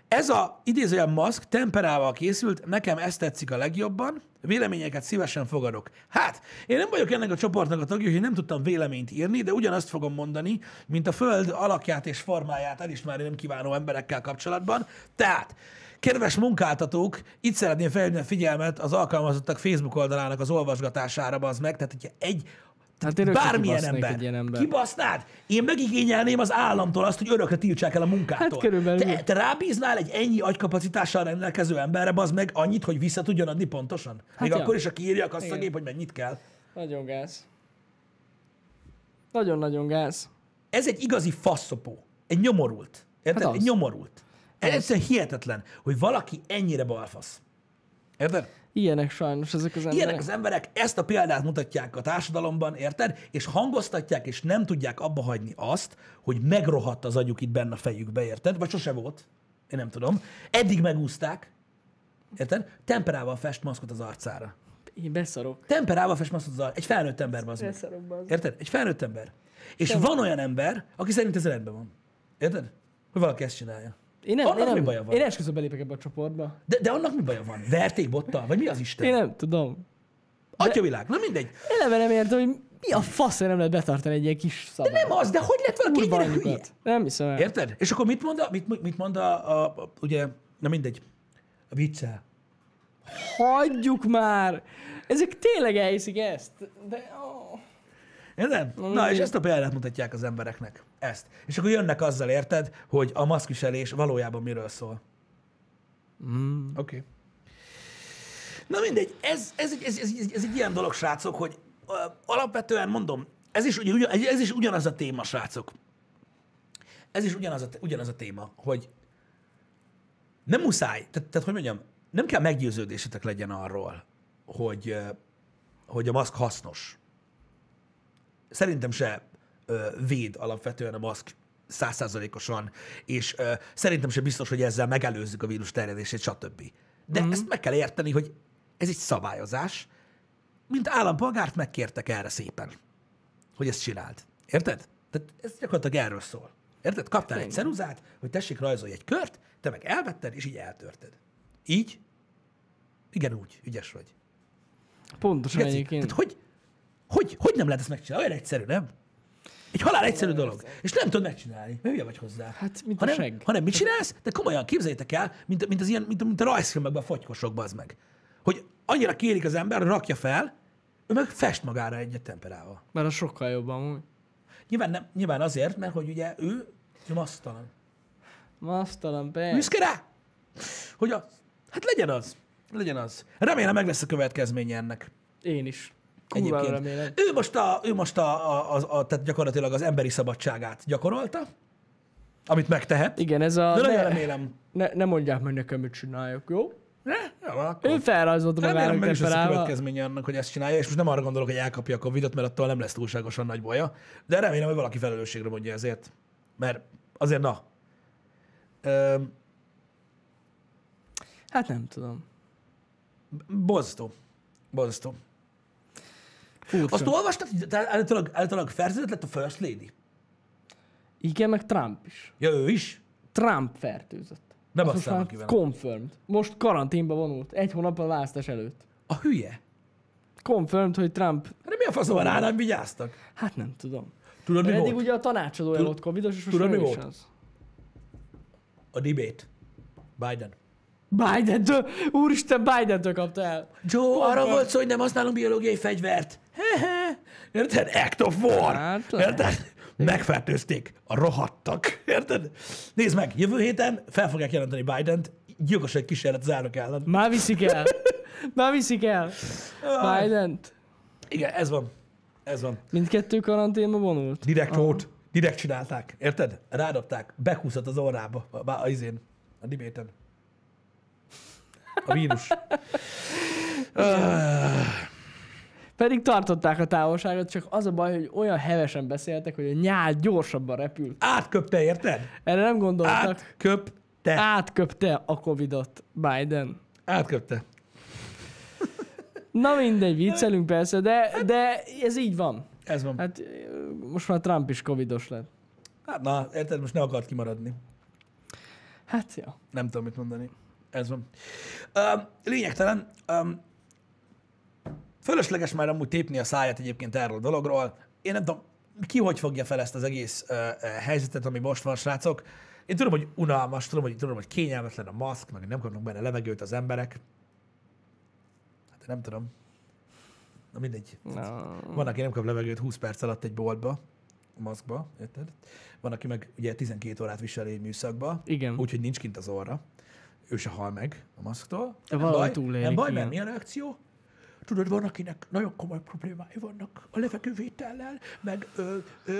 S1: Ez a idézőjel maszk temperával készült, nekem ez tetszik a legjobban, véleményeket szívesen fogadok. Hát, én nem vagyok ennek a csoportnak a tagja, úgyhogy nem tudtam véleményt írni, de ugyanazt fogom mondani, mint a föld alakját és formáját elismerni nem kívánó emberekkel kapcsolatban. Tehát, kedves munkáltatók, itt szeretném felhívni a figyelmet az alkalmazottak Facebook oldalának az olvasgatására, az meg, tehát hogyha egy
S2: Hát én rögtön
S1: Bármilyen
S2: kibasznék
S1: ember.
S2: egy ilyen ember.
S1: Kibasznád? Én megigényelném az államtól azt, hogy örökre tiltsák el a munkától.
S2: Hát körülbelül.
S1: Te, te rábíznál egy ennyi agykapacitással rendelkező emberre, az meg annyit, hogy vissza tudjon adni pontosan? Még
S2: Hát ja.
S1: akkor is, aki írja a kasszagép,
S2: Igen.
S1: hogy mennyit kell.
S2: Nagyon gáz. Nagyon-nagyon gáz.
S1: Ez egy igazi faszopó. Egy nyomorult. Érted?
S2: Hát az.
S1: egy nyomorult. Ez egyszerűen hihetetlen, hogy valaki ennyire balfasz. Érted?
S2: Ilyenek sajnos ezek az emberek.
S1: Ilyenek az emberek, ezt a példát mutatják a társadalomban, érted? És hangoztatják, és nem tudják abba hagyni azt, hogy megrohadt az agyuk itt benne a fejükbe, érted? Vagy sose volt, én nem tudom. Eddig megúzták, érted? Temperával fest maszkot az arcára.
S2: Én beszarok.
S1: Temperával fest maszkot az arcára. Egy felnőtt ember az meg.
S2: Beszarok, bazd.
S1: Érted? Egy felnőtt ember. És van olyan ember, aki szerint ez rendben van. Érted? Hogy valaki ezt csinálja.
S2: Én nem,
S1: Annak
S2: én
S1: mi
S2: nem,
S1: baja van?
S2: Én esküszöm belépek ebbe a csoportba.
S1: De, de annak mi baja van? Verték bottal? Vagy mi az Isten?
S2: Én
S1: Én...
S2: nem tudom.
S1: Atyavilág, na mindegy.
S2: Eleve nem értem, hogy mi a fasz nem lehet betartani egy ilyen kis szabályt.
S1: Nem az, de hogy lett valaki
S2: Kurva
S1: ennyire hülye?
S2: anyukat. Nem hiszem el.
S1: Érted? És akkor mit mond a, mit, mit mond a, a, a ugye, na mindegy, a viccel.
S2: Hagyjuk már! Ezek tényleg elhiszik ezt. De... ó.
S1: Érted? Na,
S2: mindegy.
S1: és ezt a példát mutatják az embereknek. Ezt. És akkor jönnek azzal, érted, hogy a maszkviselés valójában miről szól. Mm. Oké. Okay. Na mindegy, ez, ez, egy- ez, ez, ez, ez egy ilyen dolog, srácok, hogy ö, alapvetően mondom, ez is, ugye, ugyan- ez is ugyanaz a téma, srácok. Ez is ugyanaz a, ugyanaz a téma, hogy nem muszáj, tehát, tehát hogy mondjam, nem kell meggyőződésetek legyen arról, hogy, ö, hogy a maszk hasznos. Szerintem se ö, véd alapvetően a maszk százszázalékosan, és ö, szerintem se biztos, hogy ezzel megelőzzük a vírus terjedését, stb. De mm-hmm. ezt meg kell érteni, hogy ez egy szabályozás, mint állampolgárt megkértek erre szépen, hogy ezt csináld. Érted? Tehát ez gyakorlatilag erről szól. Érted? Kaptál egy ceruzát, hogy tessék rajzolj egy kört, te meg elvetted, és így eltörted. Így? Igen, úgy. Ügyes vagy.
S2: Pontosan
S1: Geci,
S2: egyébként.
S1: Tehát hogy, hogy, hogy nem lehet ezt megcsinálni? Olyan egyszerű, nem? Egy halál egyszerű dolog. És nem tudod megcsinálni, mert hülye vagy hozzá.
S2: Hát, mint a
S1: hanem,
S2: segg.
S1: hanem mit csinálsz? De komolyan képzeljétek el, mint, mint, az ilyen, mint, mint a rajzfilmekben a fogykosokban az meg. Hogy annyira kérik az ember, hogy rakja fel, ő meg fest magára egyet temperával.
S2: Mert az sokkal jobb amúgy.
S1: Nyilván, nem, nyilván azért, mert hogy ugye ő ő masztalan.
S2: Masztalan, persze.
S1: Büszke rá? Hogy az? Hát legyen az. Legyen az. Remélem meg lesz a következménye ennek.
S2: Én is. Kurva
S1: Egyébként.
S2: remélem.
S1: Ő most, a, ő most a, a, a, a, tehát gyakorlatilag az emberi szabadságát gyakorolta, amit megtehet.
S2: Igen, ez a...
S1: De nagyon
S2: Ne,
S1: remélem.
S2: ne, ne mondják meg nekem, mit csináljak, jó? hát
S1: Ne? Jó, akkor.
S2: Ő felrajzolt
S1: Remélem,
S2: magának
S1: meg Hát, is lesz a
S2: temperával.
S1: következménye annak, hogy ezt csinálja, és most nem arra gondolok, hogy elkapja a Covid-ot, mert attól nem lesz túlságosan nagy baja, de remélem, hogy valaki felelősségre mondja ezért, mert azért na. Öm,
S2: Hát nem tudom.
S1: Borzasztó. Borzasztó.
S2: Furcsa.
S1: Azt olvastad, hogy te állítólag, állítólag fertőzött lett a First Lady?
S2: Igen, meg Trump is.
S1: Ja, ő is?
S2: Trump fertőzött.
S1: Ne
S2: Azt most
S1: basszál
S2: már
S1: ki vele.
S2: confirmed. Most karanténba vonult. Egy hónappal a választás előtt.
S1: A hülye.
S2: Confirmed, hogy Trump...
S1: Hát mi a faszom van rá, nem vigyáztak?
S2: Hát nem tudom.
S1: Tudod, mi
S2: Mert eddig
S1: volt?
S2: ugye a tanácsadója volt covidos, és most
S1: tudod,
S2: nem
S1: mi
S2: is
S1: volt?
S2: az.
S1: A debate. Biden.
S2: Biden-től, úristen, Biden-től kapta el.
S1: Joe, arra volt szó, hogy nem használunk biológiai fegyvert. Hehe. Érted? Act of war.
S2: Hát lehet.
S1: Érted? Megfertőzték. A rohadtak. Érted? Nézd meg, jövő héten fel fogják jelenteni Bident. Gyilkos egy kísérlet az elnök ellen.
S2: Már viszik el. Már viszik el. biden
S1: Igen, ez van. Ez van.
S2: Mindkettő karanténba vonult.
S1: Direkt volt. Direkt csinálták. Érted? Rádobták. Bekúszott az orrába. A, a, a izén. A dibéten. A vírus.
S2: Pedig tartották a távolságot, csak az a baj, hogy olyan hevesen beszéltek, hogy a nyál gyorsabban repül.
S1: Átköpte, érted?
S2: Erre nem gondoltak. Át...
S1: Átköpte.
S2: Átköpte a Covidot Biden.
S1: Átköpte.
S2: Na mindegy, viccelünk persze, de, de ez így van.
S1: Ez van.
S2: Hát ö, most már Trump is covidos lett.
S1: Hát na, érted, most ne akart kimaradni.
S2: Hát ja.
S1: Nem tudom, mit mondani. Ez van. Um, lényegtelen. Um, fölösleges már amúgy tépni a száját egyébként erről a dologról. Én nem tudom, ki hogy fogja fel ezt az egész uh, helyzetet, ami most van, srácok. Én tudom, hogy unalmas, tudom, hogy, tudom, hogy kényelmetlen a maszk, meg nem kapnak benne levegőt az emberek. Hát nem tudom. Na mindegy.
S2: Na.
S1: Van, aki nem kap levegőt 20 perc alatt egy boltba, a maszkba, érted? Van, aki meg ugye 12 órát visel egy műszakba,
S2: Igen.
S1: úgyhogy nincs kint az orra. Ő se hal meg a maszktól.
S2: De
S1: nem
S2: valahogy
S1: baj,
S2: túlélik,
S1: nem baj,
S2: igen.
S1: mert mi a reakció? Tudod, van, akinek nagyon komoly problémái vannak a levegővétellel, meg ö, ö, ö,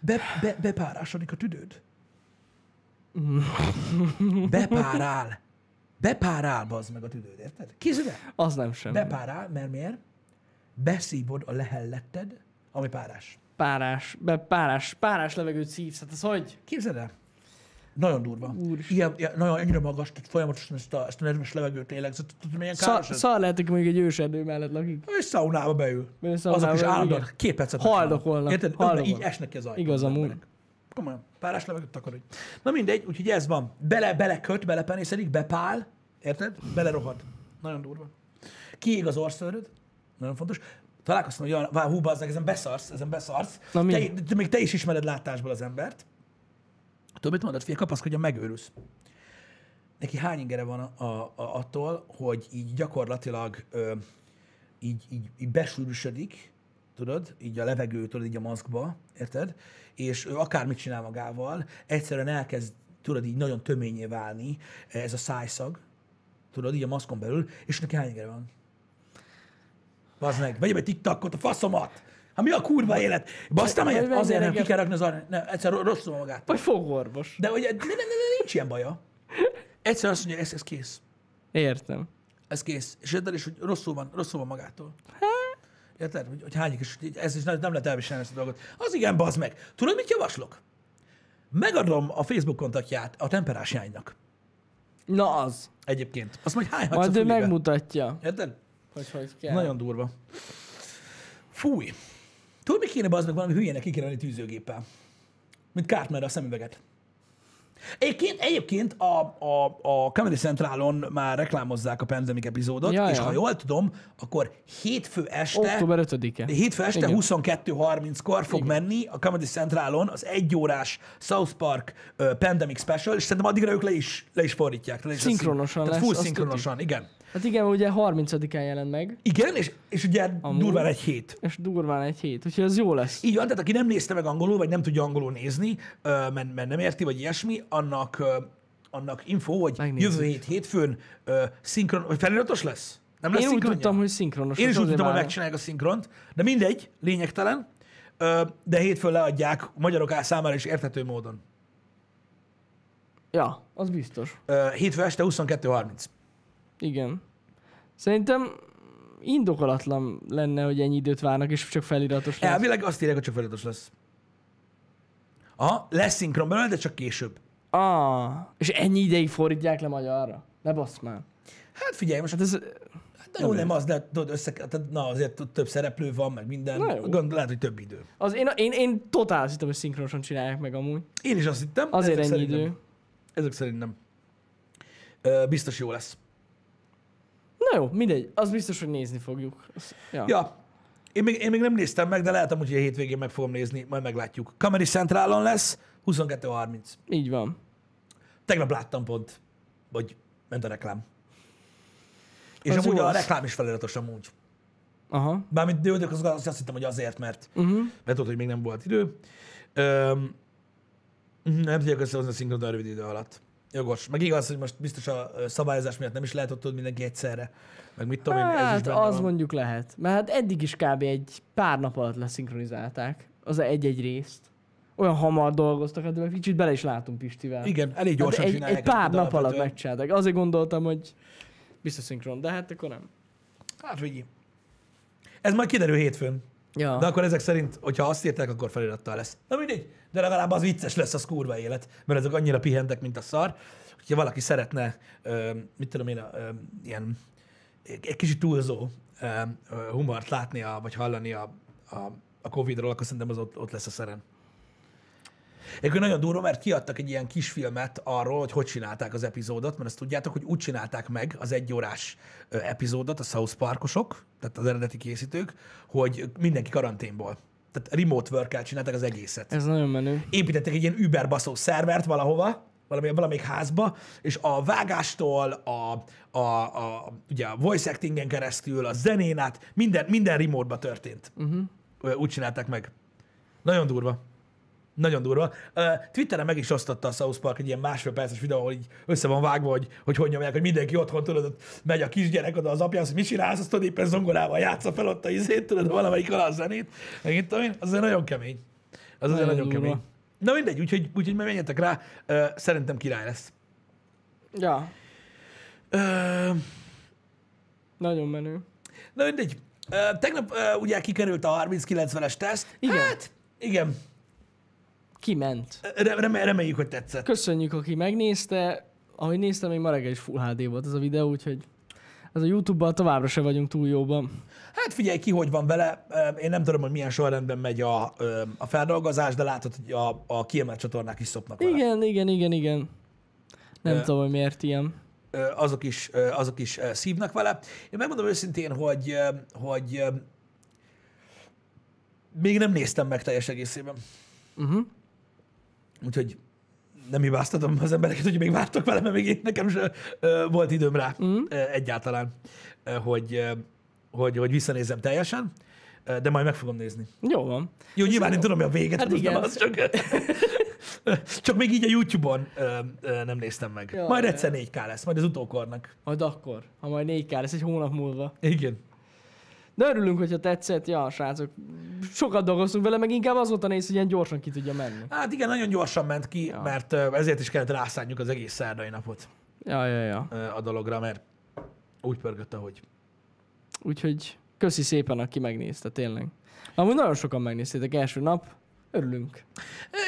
S1: be, be, bepárásodik a tüdőd.
S2: Mm.
S1: Bepárál. Bepárál, bazd meg a tüdőd, érted? Kézzel el.
S2: Az nem sem. De...
S1: Bepárál, mert miért? Beszívod a lehelletted, ami párás.
S2: Párás, be, párás, párás levegőt szívsz, hát az hogy?
S1: Képzeld el? Nagyon durva.
S2: Úristen.
S1: Ilyen, ilyen, nagyon ennyire magas, tehát folyamatosan ezt a, ezt a nedves levegőt lélegzett, tudod, milyen
S2: Szar,
S1: káros ez?
S2: szar lehet, hogy mondjuk egy őserdő mellett lakik.
S1: Ő szaunába beül.
S2: Ő szaunába
S1: Azok is
S2: beül,
S1: állandóan
S2: igen.
S1: két percet.
S2: Haldokolnak,
S1: Érted?
S2: haldokolnak.
S1: Így esnek ki az ajtó.
S2: Igaz
S1: az
S2: amúgy.
S1: emberek. Komolyan. Párás levegőt takarod. Na mindegy, úgyhogy ez van. Bele, bele köt, belepenészedik, bepál, érted? Belerohad. Nagyon durva. Kiég az orszőröd, nagyon fontos. Találkoztam, hogy olyan, vá, hú, bazzeg, ezen beszarsz, ezen beszarsz.
S2: Na mi?
S1: Te, te, még te is ismered látásból az embert. Tudod, mit mondod, figyelj, kapaszkodja, megőrülsz. Neki hány ingere van a, a, a, attól, hogy így gyakorlatilag ö, így, így, így besűrűsödik, tudod, így a levegőtől, így a maszkba, érted? És ő akármit csinál magával, egyszerűen elkezd, tudod, így nagyon töményé válni ez a szájszag, tudod, így a maszkon belül, és neki hány ingere van? Bazd meg, vegyem egy TikTokot, a faszomat! Hát mi a kurva élet? Basztam
S2: Vagy
S1: meg,
S2: menjen
S1: azért nem ki
S2: reggel-
S1: kell rakni az arra, nem, egyszer ro- rosszul van magát.
S2: Vagy fogorvos.
S1: De ugye, de, de, de, de nincs ilyen baja. Egyszer azt mondja, ez, ez kész.
S2: Értem.
S1: Ez kész. És érted is, hogy rosszul van, rosszul van magától.
S2: Hát.
S1: Érted? Hogy, hogy hányik is, így ez is nem nem lehet elviselni ezt a dolgot. Az igen, bazd meg. Tudod, mit javaslok? Megadom a Facebook kontaktját a temperás jánynak.
S2: Na az.
S1: Egyébként. Azt mondja, hány
S2: Majd
S1: hagysz a
S2: ő
S1: fülébe.
S2: megmutatja,
S1: Érted?
S2: hogy hogy kell.
S1: Nagyon durva. Fúj. Tudod, mi kéne bazd meg valami hülyének kikerülni tűzőgéppel? Mint Cartman a szemüveget. Egyébként, egyébként a, a, a Comedy Centralon már reklámozzák a Pandemic epizódot,
S2: Ja,
S1: ja, és
S2: ja.
S1: ha jól tudom, akkor hétfő este...
S2: Október 5-e.
S1: De hétfő este
S2: Igen.
S1: 22.30-kor fog Igen. menni a Comedy Centralon az egyórás South Park uh, Pandemic Special, és szerintem addigra ők le is, le is fordítják. Le is veszik.
S2: Szinkronosan
S1: Tehát
S2: lesz,
S1: Full
S2: azt
S1: szinkronosan, igen.
S2: Hát igen, ugye 30-án jelent meg,
S1: Igen, és, és ugye
S2: Amúgy.
S1: durván egy hét.
S2: és durván egy hét, úgyhogy ez jó lesz.
S1: Így van, tehát aki nem nézte meg angolul, vagy nem tudja angolul nézni, ö, mert, mert nem érti, vagy ilyesmi, annak, ö, annak info, hogy
S2: Megnézzük.
S1: jövő hét hétfőn ö, szinkron, vagy feliratos lesz? Nem lesz
S2: Én úgy
S1: szinkronja?
S2: tudtam, hogy szinkronos.
S1: Én is
S2: az
S1: úgy
S2: azért
S1: tudtam, hogy
S2: már-
S1: megcsinálják a szinkront, de mindegy, lényegtelen, ö, de hétfőn leadják a magyarok á- számára is érthető módon.
S2: Ja, az biztos.
S1: Ö, Hétfő este 22.30.
S2: Igen. Szerintem indokolatlan lenne, hogy ennyi időt várnak, és csak feliratos lesz.
S1: Elvileg azt írják, hogy csak feliratos lesz. Aha, lesz szinkron belőle, de csak később.
S2: Ah, és ennyi ideig fordítják le magyarra. Ne basz már.
S1: Hát figyelj, most
S2: Hát ez...
S1: De jó, nem az, de tudod, össze, tehát, na azért ott több szereplő van, meg minden.
S2: Na jó.
S1: Gond, lehet, hogy több idő.
S2: Az én, én, én totál azt hittem, hogy szinkronosan csinálják meg amúgy.
S1: Én is azt hittem.
S2: Azért
S1: ezek
S2: ennyi
S1: szerint
S2: idő.
S1: Nem. Ezek szerint nem. Ö, biztos jó lesz.
S2: Na jó, mindegy. Az biztos, hogy nézni fogjuk. Az- Ja.
S1: Ja. Én még, én még nem néztem meg, de lehet, amúgy, hogy a hétvégén meg fogom nézni, majd meglátjuk. Comedy Centralon lesz, 22.30.
S2: Így van.
S1: Tegnap láttam pont, hogy ment a reklám. És
S2: Az
S1: amúgy
S2: jó
S1: a
S2: lesz.
S1: reklám is feliratos amúgy.
S2: Aha.
S1: Bármint de de azt, azt hittem, hogy azért, mert,
S2: Uh-huh.
S1: mert tudod, hogy még nem volt idő. Öm, nem tudják összehozni a szinkront a rövid idő alatt. Jogos. Meg igaz, hogy most biztos a ö, szabályozás miatt nem is lehet ott tudni mindenki egyszerre. Meg mit tudom én, ez is
S2: Hát
S1: benne
S2: az
S1: van.
S2: mondjuk lehet. Mert hát eddig is kb. egy pár nap alatt leszinkronizálták az egy-egy részt. Olyan hamar dolgoztak, hát de kicsit bele is látunk Pistivel.
S1: Igen, elég
S2: hát
S1: gyorsan
S2: egy,
S1: csinálják.
S2: egy pár
S1: ezeket
S2: nap alatt
S1: alapvetően.
S2: megcsinálták. Azért gondoltam, hogy biztos szinkron, de hát akkor nem.
S1: Hát vigyi. Ez majd kiderül hétfőn.
S2: Ja.
S1: De akkor ezek szerint, hogyha azt írták, akkor felirattal lesz. Na mindegy, de legalább az vicces lesz, az kurva élet, mert ezek annyira pihentek, mint a szar. Hogyha valaki szeretne, ö, mit tudom én, ö, ilyen egy kicsit túlzó ö, ö, humort látni, a, vagy hallani a, a, a Covid-ról, akkor szerintem az ott, ott lesz a szeren. Egyébként nagyon durva, mert kiadtak egy ilyen kis filmet arról, hogy hogy csinálták az epizódot, mert azt tudjátok, hogy úgy csinálták meg az egyórás ö, epizódot a South Parkosok, tehát az eredeti készítők, hogy mindenki karanténból. Tehát remote work csinálták az egészet
S2: Ez nagyon menő.
S1: építettek egy ilyen Uber baszó szervert valahova, valami, valamelyik házba, és a vágástól, a, a, a, ugye a voice actingen keresztül, a zenén át, minden, minden remote-ba történt. Uh-huh. Úgy csinálták meg. Nagyon durva. Nagyon durva. Ö, Twitteren meg is osztotta a South Park egy ilyen másfél perces videó, ahol így össze van vágva, hogy hogy, hogy nyomják, hogy mindenki otthon, tudod, ott megy a kisgyerek oda az apjához, hogy mit csinálsz, azt tudod, éppen zongorával játsza fel ott a izét, tudod, valamelyik alá a zenét. Meg itt, tudom én, az azért nagyon kemény. Az azért
S2: Nagyon
S1: nagyon
S2: durva.
S1: kemény. Na mindegy, úgyhogy, úgyhogy majd menjetek rá, ö, szerintem király lesz.
S2: Ja,
S1: Ö,
S2: nagyon menő.
S1: Na mindegy, ö, tegnap ö, ugye kikerült a 30-90-es teszt.
S2: Igen.
S1: Hát, igen,
S2: Kiment.
S1: Re- reme- reméljük, hogy tetszett.
S2: Köszönjük, aki megnézte. Ahogy néztem, még ma reggel is Full HD volt ez a videó, úgyhogy ez a YouTube-ban továbbra se vagyunk túl jóban.
S1: Hát figyelj ki, hogy van vele. Ö, Én nem tudom, hogy milyen sorrendben megy a, ö, a feldolgozás, de látod, hogy a, a kiemelt csatornák is szopnak vele.
S2: Igen, igen, igen, igen. Nem
S1: Ö,
S2: tudom, hogy miért ilyen.
S1: Ö, Azok is, ö, azok is ö, szívnak vele. Én megmondom őszintén, hogy, ö, hogy ö, még nem néztem meg teljes egészében.
S2: Uh-huh.
S1: Úgyhogy nem hibáztatom az embereket, hogy még vártak vele, mert még én, nekem sem ö, volt időm rá mm. ö, egyáltalán, ö, hogy, ö, hogy, hogy visszanézzem teljesen, ö, de majd meg fogom nézni.
S2: Jó van.
S1: Jó, nyilván én tudom, mi a véget,
S2: Hát
S1: hát igen.
S2: igen.
S1: Nem az, csak, csak még így a YouTube-on ö, ö, nem néztem meg.
S2: Jaj.
S1: majd egyszer 4K lesz, majd az utókornak.
S2: Majd akkor, ha majd 4K lesz egy hónap múlva.
S1: Igen.
S2: De örülünk, hogyha tetszett, ja, srácok. Sokat dolgoztunk vele, meg inkább az volt a néz, hogy ilyen gyorsan ki tudja menni.
S1: Hát igen, nagyon gyorsan ment ki, ja.
S2: Ja.
S1: mert ö, ezért is kellett rászánjuk az egész szerdai napot
S2: Ja, ja, ja.
S1: ö, a dologra, mert úgy pörgött, ahogy.
S2: Úgyhogy köszi szépen, aki megnézte, tényleg. Amúgy nagyon sokan megnéztétek első nap. Örülünk.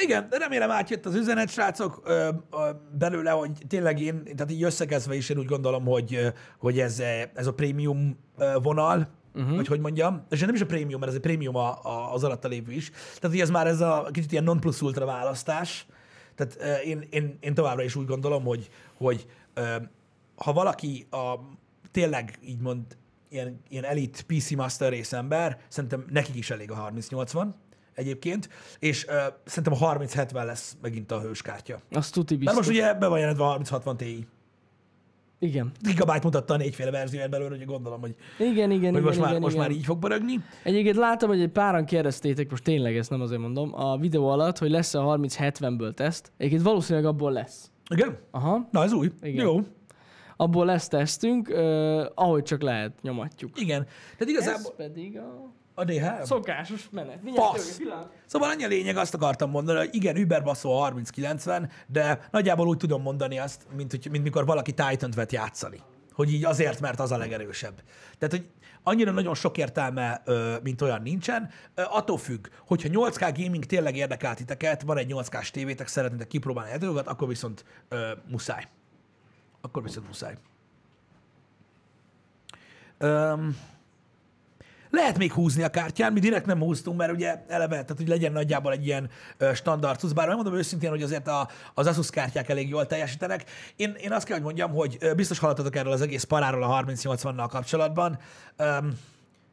S1: Igen, remélem átjött az üzenet, srácok, ö, ö, belőle, hogy tényleg én, tehát így összekezve is én úgy gondolom, hogy, ö, hogy ez, ö, ez a prémium ö, vonal, uh-huh. vagy hogy mondjam, és nem is a prémium, mert ez a prémium a, a, az alatta lévő is. Tehát, hogy ez már ez a kicsit ilyen non plus ultra választás. Tehát ö, én, én, én továbbra is úgy gondolom, hogy, hogy ö, ha valaki a, tényleg így mond, ilyen, ilyen elit PC Master rész ember, szerintem nekik is elég a 30-80 egyébként, és ö, szerintem a 30-70 lesz megint a hőskártya.
S2: Azt tuti
S1: Mert
S2: biztos.
S1: most ugye be van jelentve a 30-60 Ti.
S2: Igen.
S1: Gigabyte mutatta a négyféle verzióját belőle, hogy gondolom, hogy,
S2: Igen, igen,
S1: hogy
S2: igen,
S1: most,
S2: igen,
S1: már,
S2: igen.
S1: most már így fog pörögni.
S2: Egyébként látom, hogy egy páran kérdeztétek, most tényleg ezt nem azért mondom, a videó alatt, hogy lesz a 30-70-ből teszt. Egyébként valószínűleg abból lesz.
S1: Igen?
S2: Aha,
S1: Na, ez új. Igen.
S2: Igen.
S1: Jó.
S2: abból lesz tesztünk, ö, ahogy csak lehet, nyomatjuk.
S1: Igen. Tehát
S2: Ez
S1: igazából
S2: pedig a
S1: a DHL.
S2: szokásos menet. Mindjárt
S1: Fasz.
S2: jövök, pillanat.
S1: Szóval annyi a lényeg, azt akartam mondani, hogy igen, Uber baszol a 30-90, de nagyjából úgy tudom mondani azt, mint, hogy, mint mikor valaki titan vet játszani. Hogy így azért, mert az a legerősebb. Tehát, hogy annyira nagyon sok értelme, ö, mint olyan nincsen. Ö, Attól függ, hogyha 8K gaming tényleg érdekel titeket, van egy 8K-s tévétek, szeretnétek kipróbálni a dolgokat, akkor viszont ö, muszáj. Akkor viszont muszáj. Öm, lehet még húzni a kártyán, mi direkt nem húztunk, mert ugye eleve, tehát hogy legyen nagyjából egy ilyen ö, standard cucc, bár megmondom őszintén, hogy azért a, az Asus kártyák elég jól teljesítenek. Én, én azt kell, hogy mondjam, hogy ö, biztos hallottatok erről az egész paráról a 3080-nal kapcsolatban. Öm,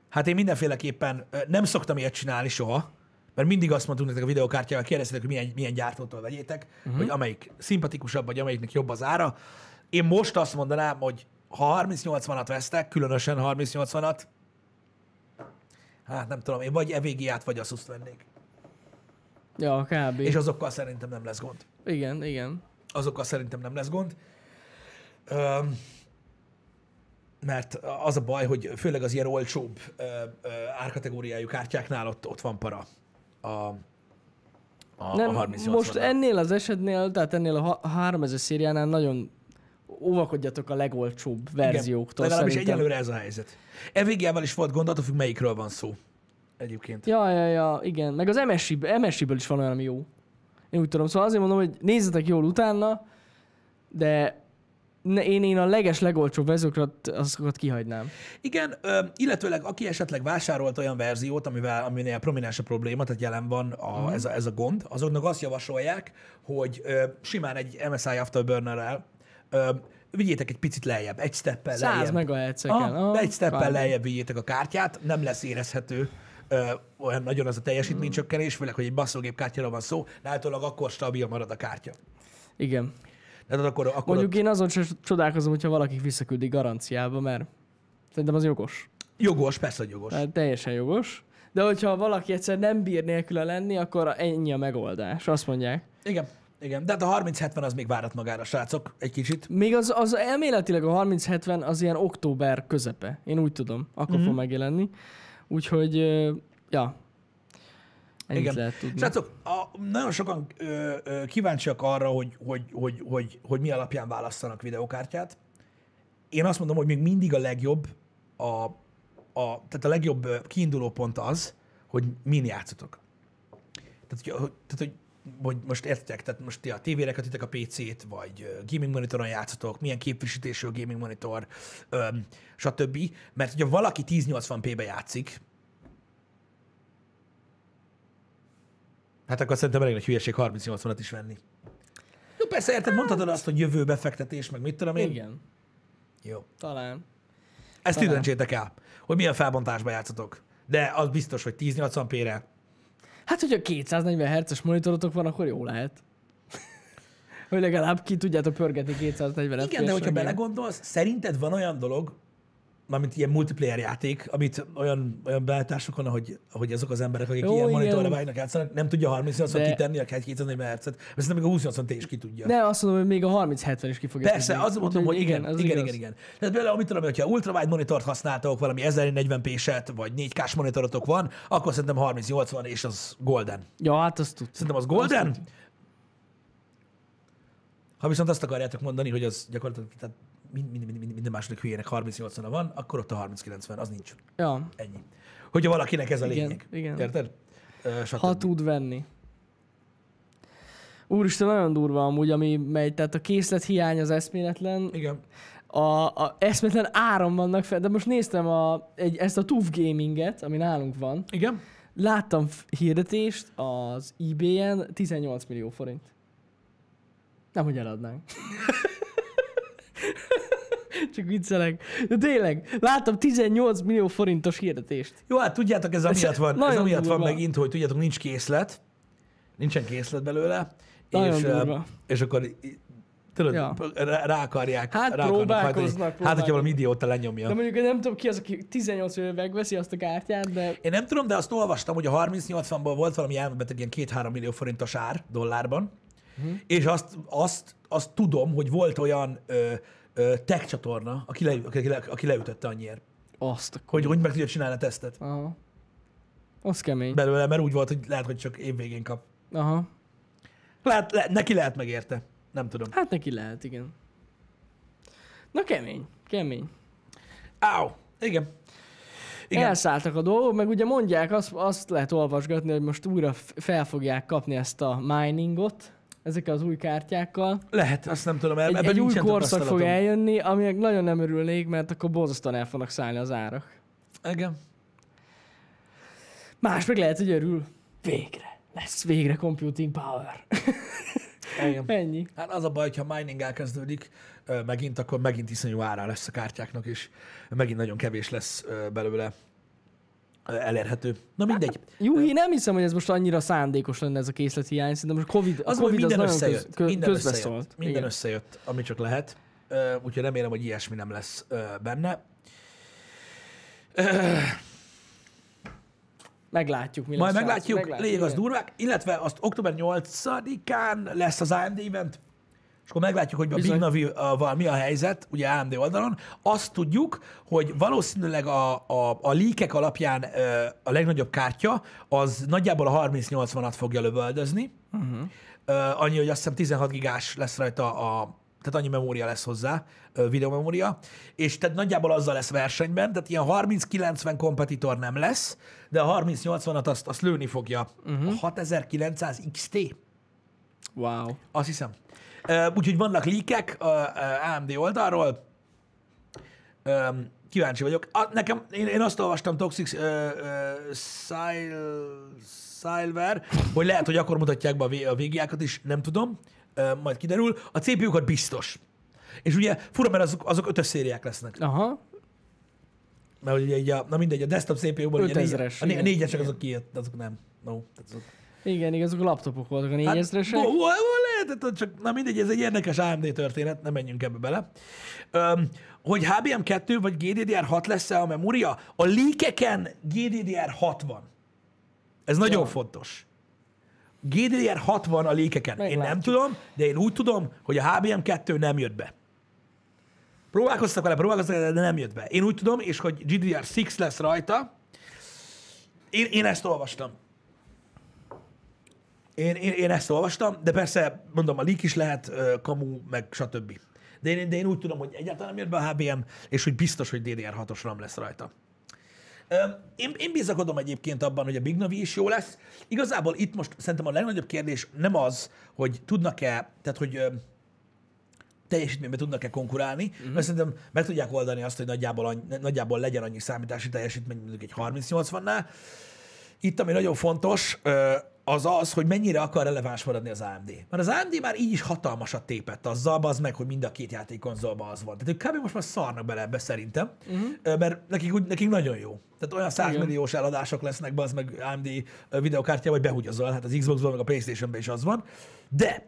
S1: hát én mindenféleképpen ö, nem szoktam ilyet csinálni soha, mert mindig azt mondtunk nektek a videokártyával, kérdeztetek, hogy milyen, milyen gyártótól vegyétek, uh-huh. hogy amelyik szimpatikusabb, vagy amelyiknek jobb az ára. Én most azt mondanám, hogy ha 3080-at vesztek, különösen 3080-at, Hát nem tudom, én vagy EVG-át, vagy asus vennék.
S2: Ja, kb.
S1: És azokkal szerintem nem lesz gond.
S2: Igen, igen.
S1: Azokkal szerintem nem lesz gond. Öm, mert az a baj, hogy főleg az ilyen olcsóbb ö, ö, árkategóriájú kártyáknál ott, ott van para a, a, a
S2: Nem,
S1: 30
S2: most ennél az esetnél, tehát ennél a ha- 3000 szériánál nagyon óvakodjatok a legolcsóbb verzióktól Igen,
S1: legalábbis
S2: szerintem.
S1: egyelőre ez a helyzet. Evigával is volt gond, attól függ, melyikről van szó. Egyébként.
S2: Ja, ja, ja, igen. Meg az MSI, MSI-ből is van olyan, ami jó. Én úgy tudom. Szóval azért mondom, hogy nézzetek jól utána, de ne, én, én a leges legolcsóbb verziókat azokat kihagynám.
S1: Igen, ö, illetőleg aki esetleg vásárolt olyan verziót, amivel, aminél prominens a probléma, tehát jelen van a,
S2: Mhm.
S1: mm. ez, a, ez a gond, azoknak azt javasolják, hogy ö, simán egy MSI Afterburner-rel ö, vigyétek egy picit lejjebb, egy steppel
S2: 100
S1: lejjebb.
S2: megahertzeken.
S1: Aha, de egy steppel
S2: kb.
S1: lejjebb vigyétek a kártyát, nem lesz érezhető ö, olyan nagyon az a
S2: Mhm.
S1: teljesítménycsökkenés, főleg, hogy egy basszógép kártyára van szó, de általában akkor stabil marad a kártya.
S2: Igen.
S1: Tehát akkor, akkor
S2: Mondjuk én azon sem csodálkozom, hogyha valaki visszaküldi garanciába, mert szerintem az jogos.
S1: jogos, persze, hogy jogos.
S2: Tehát teljesen jogos. De hogyha valaki egyszer nem bír nélküle lenni, akkor ennyi a megoldás. Azt mondják.
S1: Igen, igen. De hát a 30-70 az még várat magára, srácok, egy kicsit.
S2: Még az, az elméletileg a 3070 az ilyen október közepe. Én úgy tudom. Akkor
S1: Mhm.
S2: fog megjelenni. Úgyhogy, ö, ja. Ennyit
S1: Igen.
S2: lehet tudni.
S1: Srácok, a, nagyon sokan ö, ö, kíváncsiak arra, hogy, hogy, hogy, hogy, hogy mi alapján választanak videokártyát. Én azt mondom, hogy még mindig a legjobb, a, a, tehát a legjobb ö, kiinduló pont az, hogy min játszotok. Tehát, hogy, hogy- tehát, hogy hogy most értitek, tehát most ti a tévére kötitek a PC-t, vagy ö, gaming monitoron játszotok, milyen képvisítésű a gaming monitor, öm, stb. Mert hogyha valaki 1080p-be játszik, Hát akkor szerintem elég nagy hülyeség 30-80-at is venni. Jó, persze, érted, mondhatod azt, hogy jövő befektetés, meg mit tudom én.
S2: Igen.
S1: Jó.
S2: Talán.
S1: Ezt ti
S2: Talán.
S1: döntsétek el, hogy milyen felbontásba játszotok. De az biztos, hogy 1080p-re.
S2: Hát, hogyha 240 Hz-es monitorotok van, akkor jó lehet. hogy legalább ki tudjátok pörgetni 240
S1: Igen, de
S2: FPS-re,
S1: hogyha belegondolsz, szerinted van olyan dolog, mármint ilyen multiplayer játék, amit olyan, olyan beállításokon, ahogy, ahogy azok az emberek, akik
S2: Jó,
S1: ilyen
S2: igen.
S1: monitorra vágynak játszanak, nem tudja 3080
S2: De-
S1: kitenni a 240 Hz-et, viszont még a 2080 t is ki tudja.
S2: De azt mondom, hogy még a 3070 is ki fogja
S1: Persze,
S2: tudni.
S1: azt mondom, hogy
S2: Úgyhogy
S1: igen,
S2: az
S1: igen, igen, igen,
S2: igaz.
S1: igen. Tehát például, amit tudom, hogyha ultrawide monitort használtok, valami 1040 p set vagy 4K-s monitorotok van, akkor szerintem 3080 és az golden.
S2: Ja, hát azt tudsz.
S1: Szerintem az golden. Ha viszont azt akarjátok mondani, hogy az gyakorlatilag tehát mind, mind, mind, mind- minden második hülyének 3080 van, akkor ott a 3090, az nincs.
S2: Ja,
S1: Ennyi. Hogyha valakinek ez a
S2: Igen,
S1: lényeg.
S2: igen.
S1: Érted? Ö, stb.
S2: ha tud venni. Úristen, nagyon durva amúgy, ami megy. Tehát a készlet hiány az eszméletlen.
S1: Igen.
S2: a, a eszmetlen áram vannak fel, de most néztem a, egy, ezt a TUV Gaminget, ami nálunk van.
S1: Igen.
S2: Láttam f- hirdetést az eBay-en, 18 millió forint. Nem, hogy eladnánk. Csak viccelek. De tényleg, láttam 18 millió forintos hirdetést.
S1: Jó, hát tudjátok, ez amiatt van, ez
S2: nagyon
S1: amiatt van
S2: durva.
S1: megint, hogy tudjátok, nincs készlet, nincsen készlet belőle,
S2: Nagyon
S1: és,
S2: durva.
S1: eh, és akkor i- tudod,
S2: Ja.
S1: ja. rá, rá akarják,
S2: Hát
S1: rá akarnak
S2: próbálkoznak,
S1: hajtani. Hát, hogyha
S2: próbálkoznak.
S1: valami idióta lenyomja.
S2: De mondjuk én nem tudom ki az, aki 18 millió megveszi azt a kártyát, de
S1: Én nem tudom, de azt olvastam, hogy a 30-80-ban volt valami elmebeteg ilyen 2-3 millió forintos ár dollárban,
S2: Mhm.
S1: és azt, azt, azt tudom, hogy volt olyan ö, ö, tech csatorna, aki, le, aki, le, aki leütötte annyiért,
S2: azt a
S1: hogy, hogy meg tudja csinálni a tesztet
S2: Aha. Az kemény.
S1: belőle, mert úgy volt, hogy lehet, hogy csak évvégén kap.
S2: Aha.
S1: Lehet, le, neki lehet megérte. Nem tudom.
S2: Hát neki lehet, igen. Na kemény, kemény.
S1: Áó! Igen. Igen.
S2: Igen. Elszálltak a dolgok, meg ugye mondják, azt, azt lehet olvasgatni, hogy most újra f- fel fogják kapni ezt a miningot, ezekkel az új kártyákkal.
S1: Lehet, azt nem tudom.
S2: Egy,
S1: Ebben
S2: egy új
S1: nincsen
S2: korszak fog
S1: tapasztalatom.
S2: eljönni, aminek nagyon nem örülnék, mert akkor borzasztóan el fognak szállni az árak.
S1: Igen.
S2: Más meg lehet, hogy örül. Végre. Lesz végre computing power.
S1: Igen.
S2: Ennyi.
S1: Hát az a baj, hogyha mining elkezdődik ö, megint, akkor megint iszonyú ára lesz a kártyáknak, és megint nagyon kevés lesz ö, belőle ö, elérhető. Na mindegy.
S2: Juhi, nem hiszem, hogy ez most annyira szándékos lenne ez a készlethiány, szerintem most a Covid, a
S1: Az, hogy
S2: COVID az
S1: minden
S2: nagyon
S1: összejött.
S2: köz, kö,
S1: minden
S2: közbeszólt.
S1: összejött. Minden
S2: Igen.
S1: összejött, ami csak lehet. Ö, Úgyhogy remélem, hogy ilyesmi nem lesz ö, benne.
S2: Meglátjuk, mi
S1: Majd
S2: lesz.
S1: meglátjuk, meglátjuk lényeg az
S2: igen.
S1: durvák, illetve azt október 8-án lesz az AMD event, és akkor meglátjuk, hogy a Big
S2: Bizony.
S1: Navi-val mi a helyzet, ugye AMD oldalon. Azt tudjuk, hogy valószínűleg a, a, a líkek alapján ö, a legnagyobb kártya az nagyjából a 3080-at fogja lövöldözni. Uh-huh. Annyi, hogy azt hiszem 16 gigás lesz rajta a tehát annyi memória lesz hozzá, ö, videomemória, és tehát nagyjából azzal lesz versenyben, tehát ilyen 30-90 kompetitor nem lesz, de a 30-80-at azt, azt lőni fogja. Uh-huh. A 6900 XT.
S2: Wow.
S1: Azt hiszem. Ö, Úgyhogy vannak líkek a a AMD oldalról. Öm, Kíváncsi vagyok. A, nekem, én, én azt olvastam Toxic ö, ö, Sil- Silver, hogy lehet, hogy akkor mutatják be a vé- a végiákat is, nem tudom, Ö, majd kiderül. A CPU-kat biztos. És ugye fura, mert azok, azok ötös szériák lesznek.
S2: Aha.
S1: Mert ugye így a, na mindegy, a desktop CPU-ban ugye a, négy,
S2: 5000-es,
S1: a, né- a
S2: igen.
S1: négyesek azok kijött, azok nem. No, tehát azok
S2: Igen, igen, azok a laptopok voltak a
S1: Hát,
S2: négyezresek.
S1: hol- hol- hol lehetett, ott csak, na mindegy, ez egy érdekes AMD történet, nem menjünk ebbe bele. Öm, hogy HBM2 vagy GDDR6 lesz-e a memória? A líkeken GDDR6 van. Ez nagyon fontos. GDDR6 van a lékeken. Én nem
S2: Meglátjuk.
S1: tudom, de én úgy tudom, hogy a HBM2 nem jött be. Próbálkoztak vele, próbálkoztak vele, de nem jött be. Én úgy tudom, és hogy GDDR6 lesz rajta. Én, én ezt olvastam. Én, én, én ezt olvastam, de persze, mondom, a leak is lehet, ö, kamu, meg stb. De én, de én úgy tudom, hogy egyáltalán nem jött be a HBM, és hogy biztos, hogy DDR6-os RAM lesz rajta. Öm, Én, én bizakodom egyébként abban, hogy a Big Navi is jó lesz. Igazából itt most szerintem a legnagyobb kérdés nem az, hogy tudnak-e, tehát hogy öm, teljesítményben tudnak-e konkurálni, mm-hmm. mert szerintem meg tudják oldani azt, hogy nagyjából, annyi, nagyjából legyen annyi számítási teljesítmény, mondjuk egy 30-80-nál. Itt, ami nagyon fontos, ö, az az, hogy mennyire akar releváns maradni az AMD. Mert az AMD már így is hatalmasat tépett azzal, az meg, hogy mind a két játékkonzolban az van. Tehát ők kb. most már szarnak bele ebbe szerintem, uh-huh. mert nekik, úgy- nekik nagyon jó. Tehát olyan 100 milliós eladások lesznek, az meg AMD videokártyával, hogy behugyazol, hát az Xboxban, meg a Playstation-ben is az van. De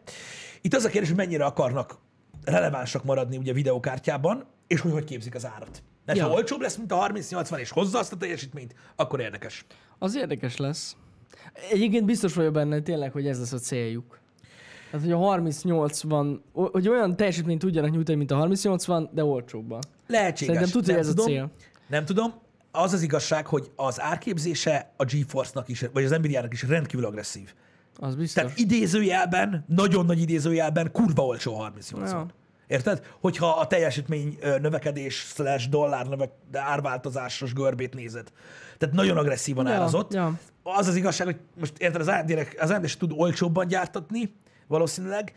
S1: itt az a kérdés, hogy mennyire akarnak relevánsak maradni ugye videokártyában, és hogy hogy képzik az árat. Mert ja.
S2: Ja.
S1: ha olcsóbb lesz, mint a 3080, és hozza azt a teljesítményt, akkor érdekes.
S2: Az érdekes lesz. Egyébként biztos vagyok benne tényleg, hogy ez lesz a céljuk. Tehát, hogy a 3080, o- hogy olyan teljesítményt tudjanak nyújtani, mint a 3080, de olcsóbban.
S1: Lehetséges.
S2: Szerintem tudja,
S1: nem
S2: ez a
S1: tudom,
S2: cél.
S1: Nem tudom. Az az igazság, hogy az árképzése a GeForce-nak is, vagy az Nvidia-nak is rendkívül agresszív.
S2: Az biztos.
S1: Tehát idézőjelben, nagyon nagy idézőjelben kurva olcsó 38
S2: Ja.
S1: ja. Érted? Hogyha a teljesítmény ö, növekedés slash dollár növek, de árváltozásos görbét nézed. Tehát nagyon agresszívan
S2: Ja,
S1: árazott.
S2: ja.
S1: Az az igazság, hogy most érted, az AMD-nek az AMD is tud olcsóbban gyártatni, valószínűleg.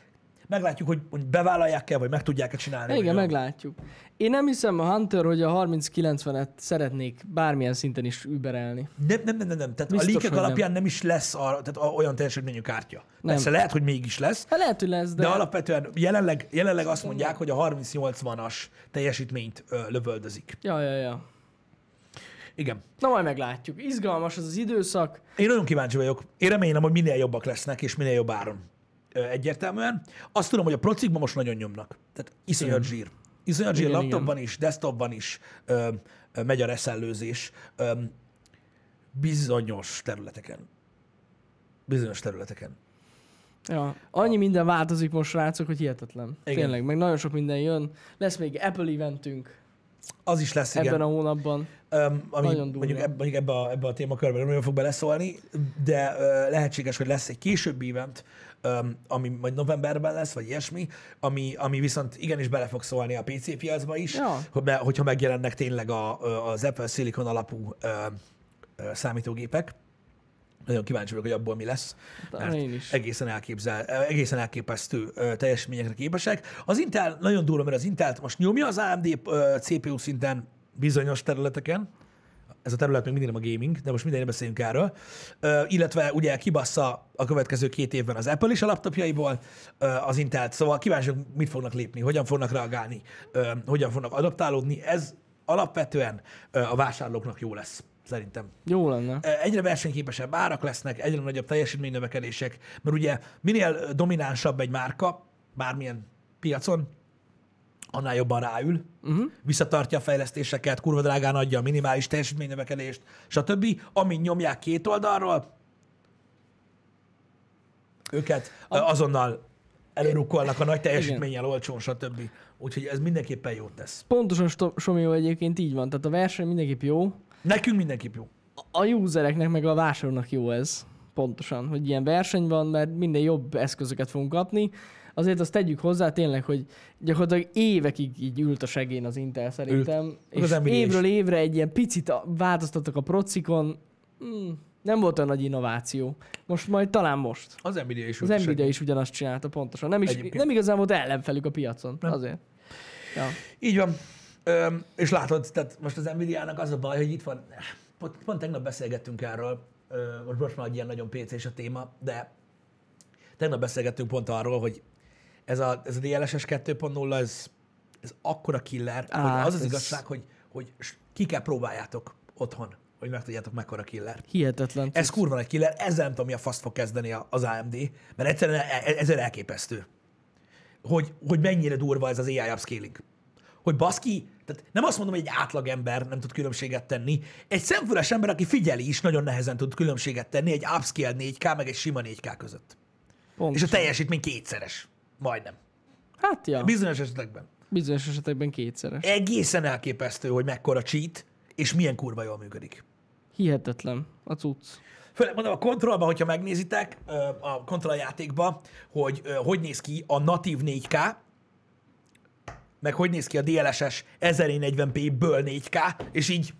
S1: Meglátjuk, hogy hogy bevállalják-e, vagy meg tudják-e csinálni.
S2: Igen,
S1: vagy nem.
S2: meglátjuk. Én nem hiszem, a Hunter, hogy a 3090-et szeretnék bármilyen szinten is überelni.
S1: Nem, nem, nem, nem, nem. Tehát Biztos,
S2: Biztos,
S1: a leakek
S2: hogy nem.
S1: alapján nem. nem is lesz a, tehát a, olyan teljesítményű kártya.
S2: Nem.
S1: Persze lehet, hogy mégis lesz,
S2: Hát lehet, hogy lesz, de,
S1: de, de alapvetően jelenleg, jelenleg azt mondják, hogy a 30-80-as teljesítményt ö, lövöldözik.
S2: Ja, ja, ja.
S1: Igen.
S2: Na majd meglátjuk. Izgalmas az az időszak.
S1: Én nagyon kíváncsi vagyok. Én remélem, hogy minél jobbak lesznek, és minél jobb áron. Ö, egyértelműen. Azt tudom, hogy a procikban most nagyon nyomnak. Tehát iszonyat zsír. Iszonyat zsír
S2: Igen,
S1: laptopban is, desktopban is ö, ö, megy a reszellőzés ö, bizonyos területeken. Bizonyos területeken.
S2: Ja. Annyi minden változik most, srácok, hogy hihetetlen.
S1: Igen.
S2: Igen. Tényleg, meg nagyon sok minden jön. Lesz még Apple eventünk
S1: Az is lesz, igen.
S2: ebben a hónabban.
S1: Öm, ami
S2: Nagyon durva.
S1: mondjuk, eb, mondjuk ebbe, a, ebbe a témakörben nem nagyon fog beleszólni, de ö, lehetséges, hogy lesz egy későbbi event, öm, ami majd novemberben lesz, vagy ilyesmi, ami, ami viszont igenis bele fog szólni a PC piacba is,
S2: Ja.
S1: hogy me- hogyha megjelennek tényleg a, ö, az Apple Silicon alapú ö, ö, számítógépek. Nagyon kíváncsi vagyok, hogy abból mi lesz.
S2: De
S1: Mert
S2: Hát, én is.
S1: Egészen, elképzel, ö, egészen elképesztő ö, teljesítményekre képesek. Az Intel nagyon durva, mert az Intelt most nyomja az AMD ö, CPU szinten bizonyos területeken. Ez a terület még mindig nem a gaming, de most mindenre beszéljünk erről. Ö, Illetve ugye kibassza a következő két évben az Apple is a laptopjaiból ö, az Intelt. Szóval kíváncsi, vagyok, mit fognak lépni, hogyan fognak reagálni, ö, hogyan fognak adaptálódni. Ez alapvetően ö, a vásárlóknak jó lesz, szerintem
S2: Jó lenne.
S1: egyre versenyképesebb árak lesznek, egyre nagyobb teljesítménynövekedések, mert ugye minél dominánsabb egy márka bármilyen piacon, annál jobban ráül, uh-huh. visszatartja a fejlesztéseket, kurva drágán adja a minimális teljesítménynövekedést, stb. Amint nyomják két oldalról, őket ö, azonnal előrukkolnak a nagy teljesítménnyel olcsón, stb. Úgyhogy ez mindenképpen jót tesz.
S2: Pontosan Sto- Somió egyébként így van. Tehát a verseny mindenképp jó.
S1: Nekünk mindenképp jó.
S2: A usereknek meg a vásárlónak jó ez. Pontosan, hogy ilyen verseny van, mert minden jobb eszközöket fogunk kapni. azért azt tegyük hozzá tényleg, hogy gyakorlatilag évekig így ült a segén az Intel szerintem, és
S1: Az Nvidia is.
S2: évről évre egy ilyen picit a- változtattak a procikon, hmm, nem volt olyan nagy innováció. Most majd talán most.
S1: Az Nvidia is
S2: Az
S1: úgy segít.
S2: Nvidia is ugyanazt csinálta pontosan. Nem, is,
S1: Egyébként.
S2: nem igazán volt ellenfelük a piacon, nem. azért. Ja.
S1: Így van. Öm, és látod, tehát most az Nvidia-nak az a baj, hogy itt van, pont, pont tegnap beszélgettünk erről, Ö, most, most már egy ilyen nagyon PC-s a téma, de tegnap beszélgettünk pont arról, hogy ez a, ez a DLSS 2.0, ez, ez akkora killer,
S2: Á,
S1: hogy az az
S2: ez-
S1: igazság, hogy, hogy s- ki kell próbáljátok otthon, hogy megtudjátok mekkora killer.
S2: Hihetetlen.
S1: Ez kurva egy killer, ezzel nem tudom, mi a fasz fog kezdeni a- az AMD, mert egyszerűen e- e- ezzel elképesztő. Hogy, hogy mennyire durva ez az AI upscaling. Hogy baszki, tehát nem azt mondom, hogy egy átlag ember nem tud különbséget tenni. Egy szemfüles ember, aki figyeli is, nagyon nehezen tud különbséget tenni egy upscale 4K, meg egy sima 4K között.
S2: Pont.
S1: És a teljesítmény kétszeres. Majdnem.
S2: Hát ja,
S1: Bizonyos esetekben.
S2: bizonyos esetekben kétszeres.
S1: Egészen elképesztő, hogy mekkora cheat, és milyen kurva jól működik.
S2: Hihetetlen a cucc.
S1: Főleg mondom, a kontrollban, hogyha megnézitek, ö, a kontroll játékban, hogy ö, hogy néz ki a natív 4K, meg hogy néz ki a DLSS 1040p-ből 4K, és így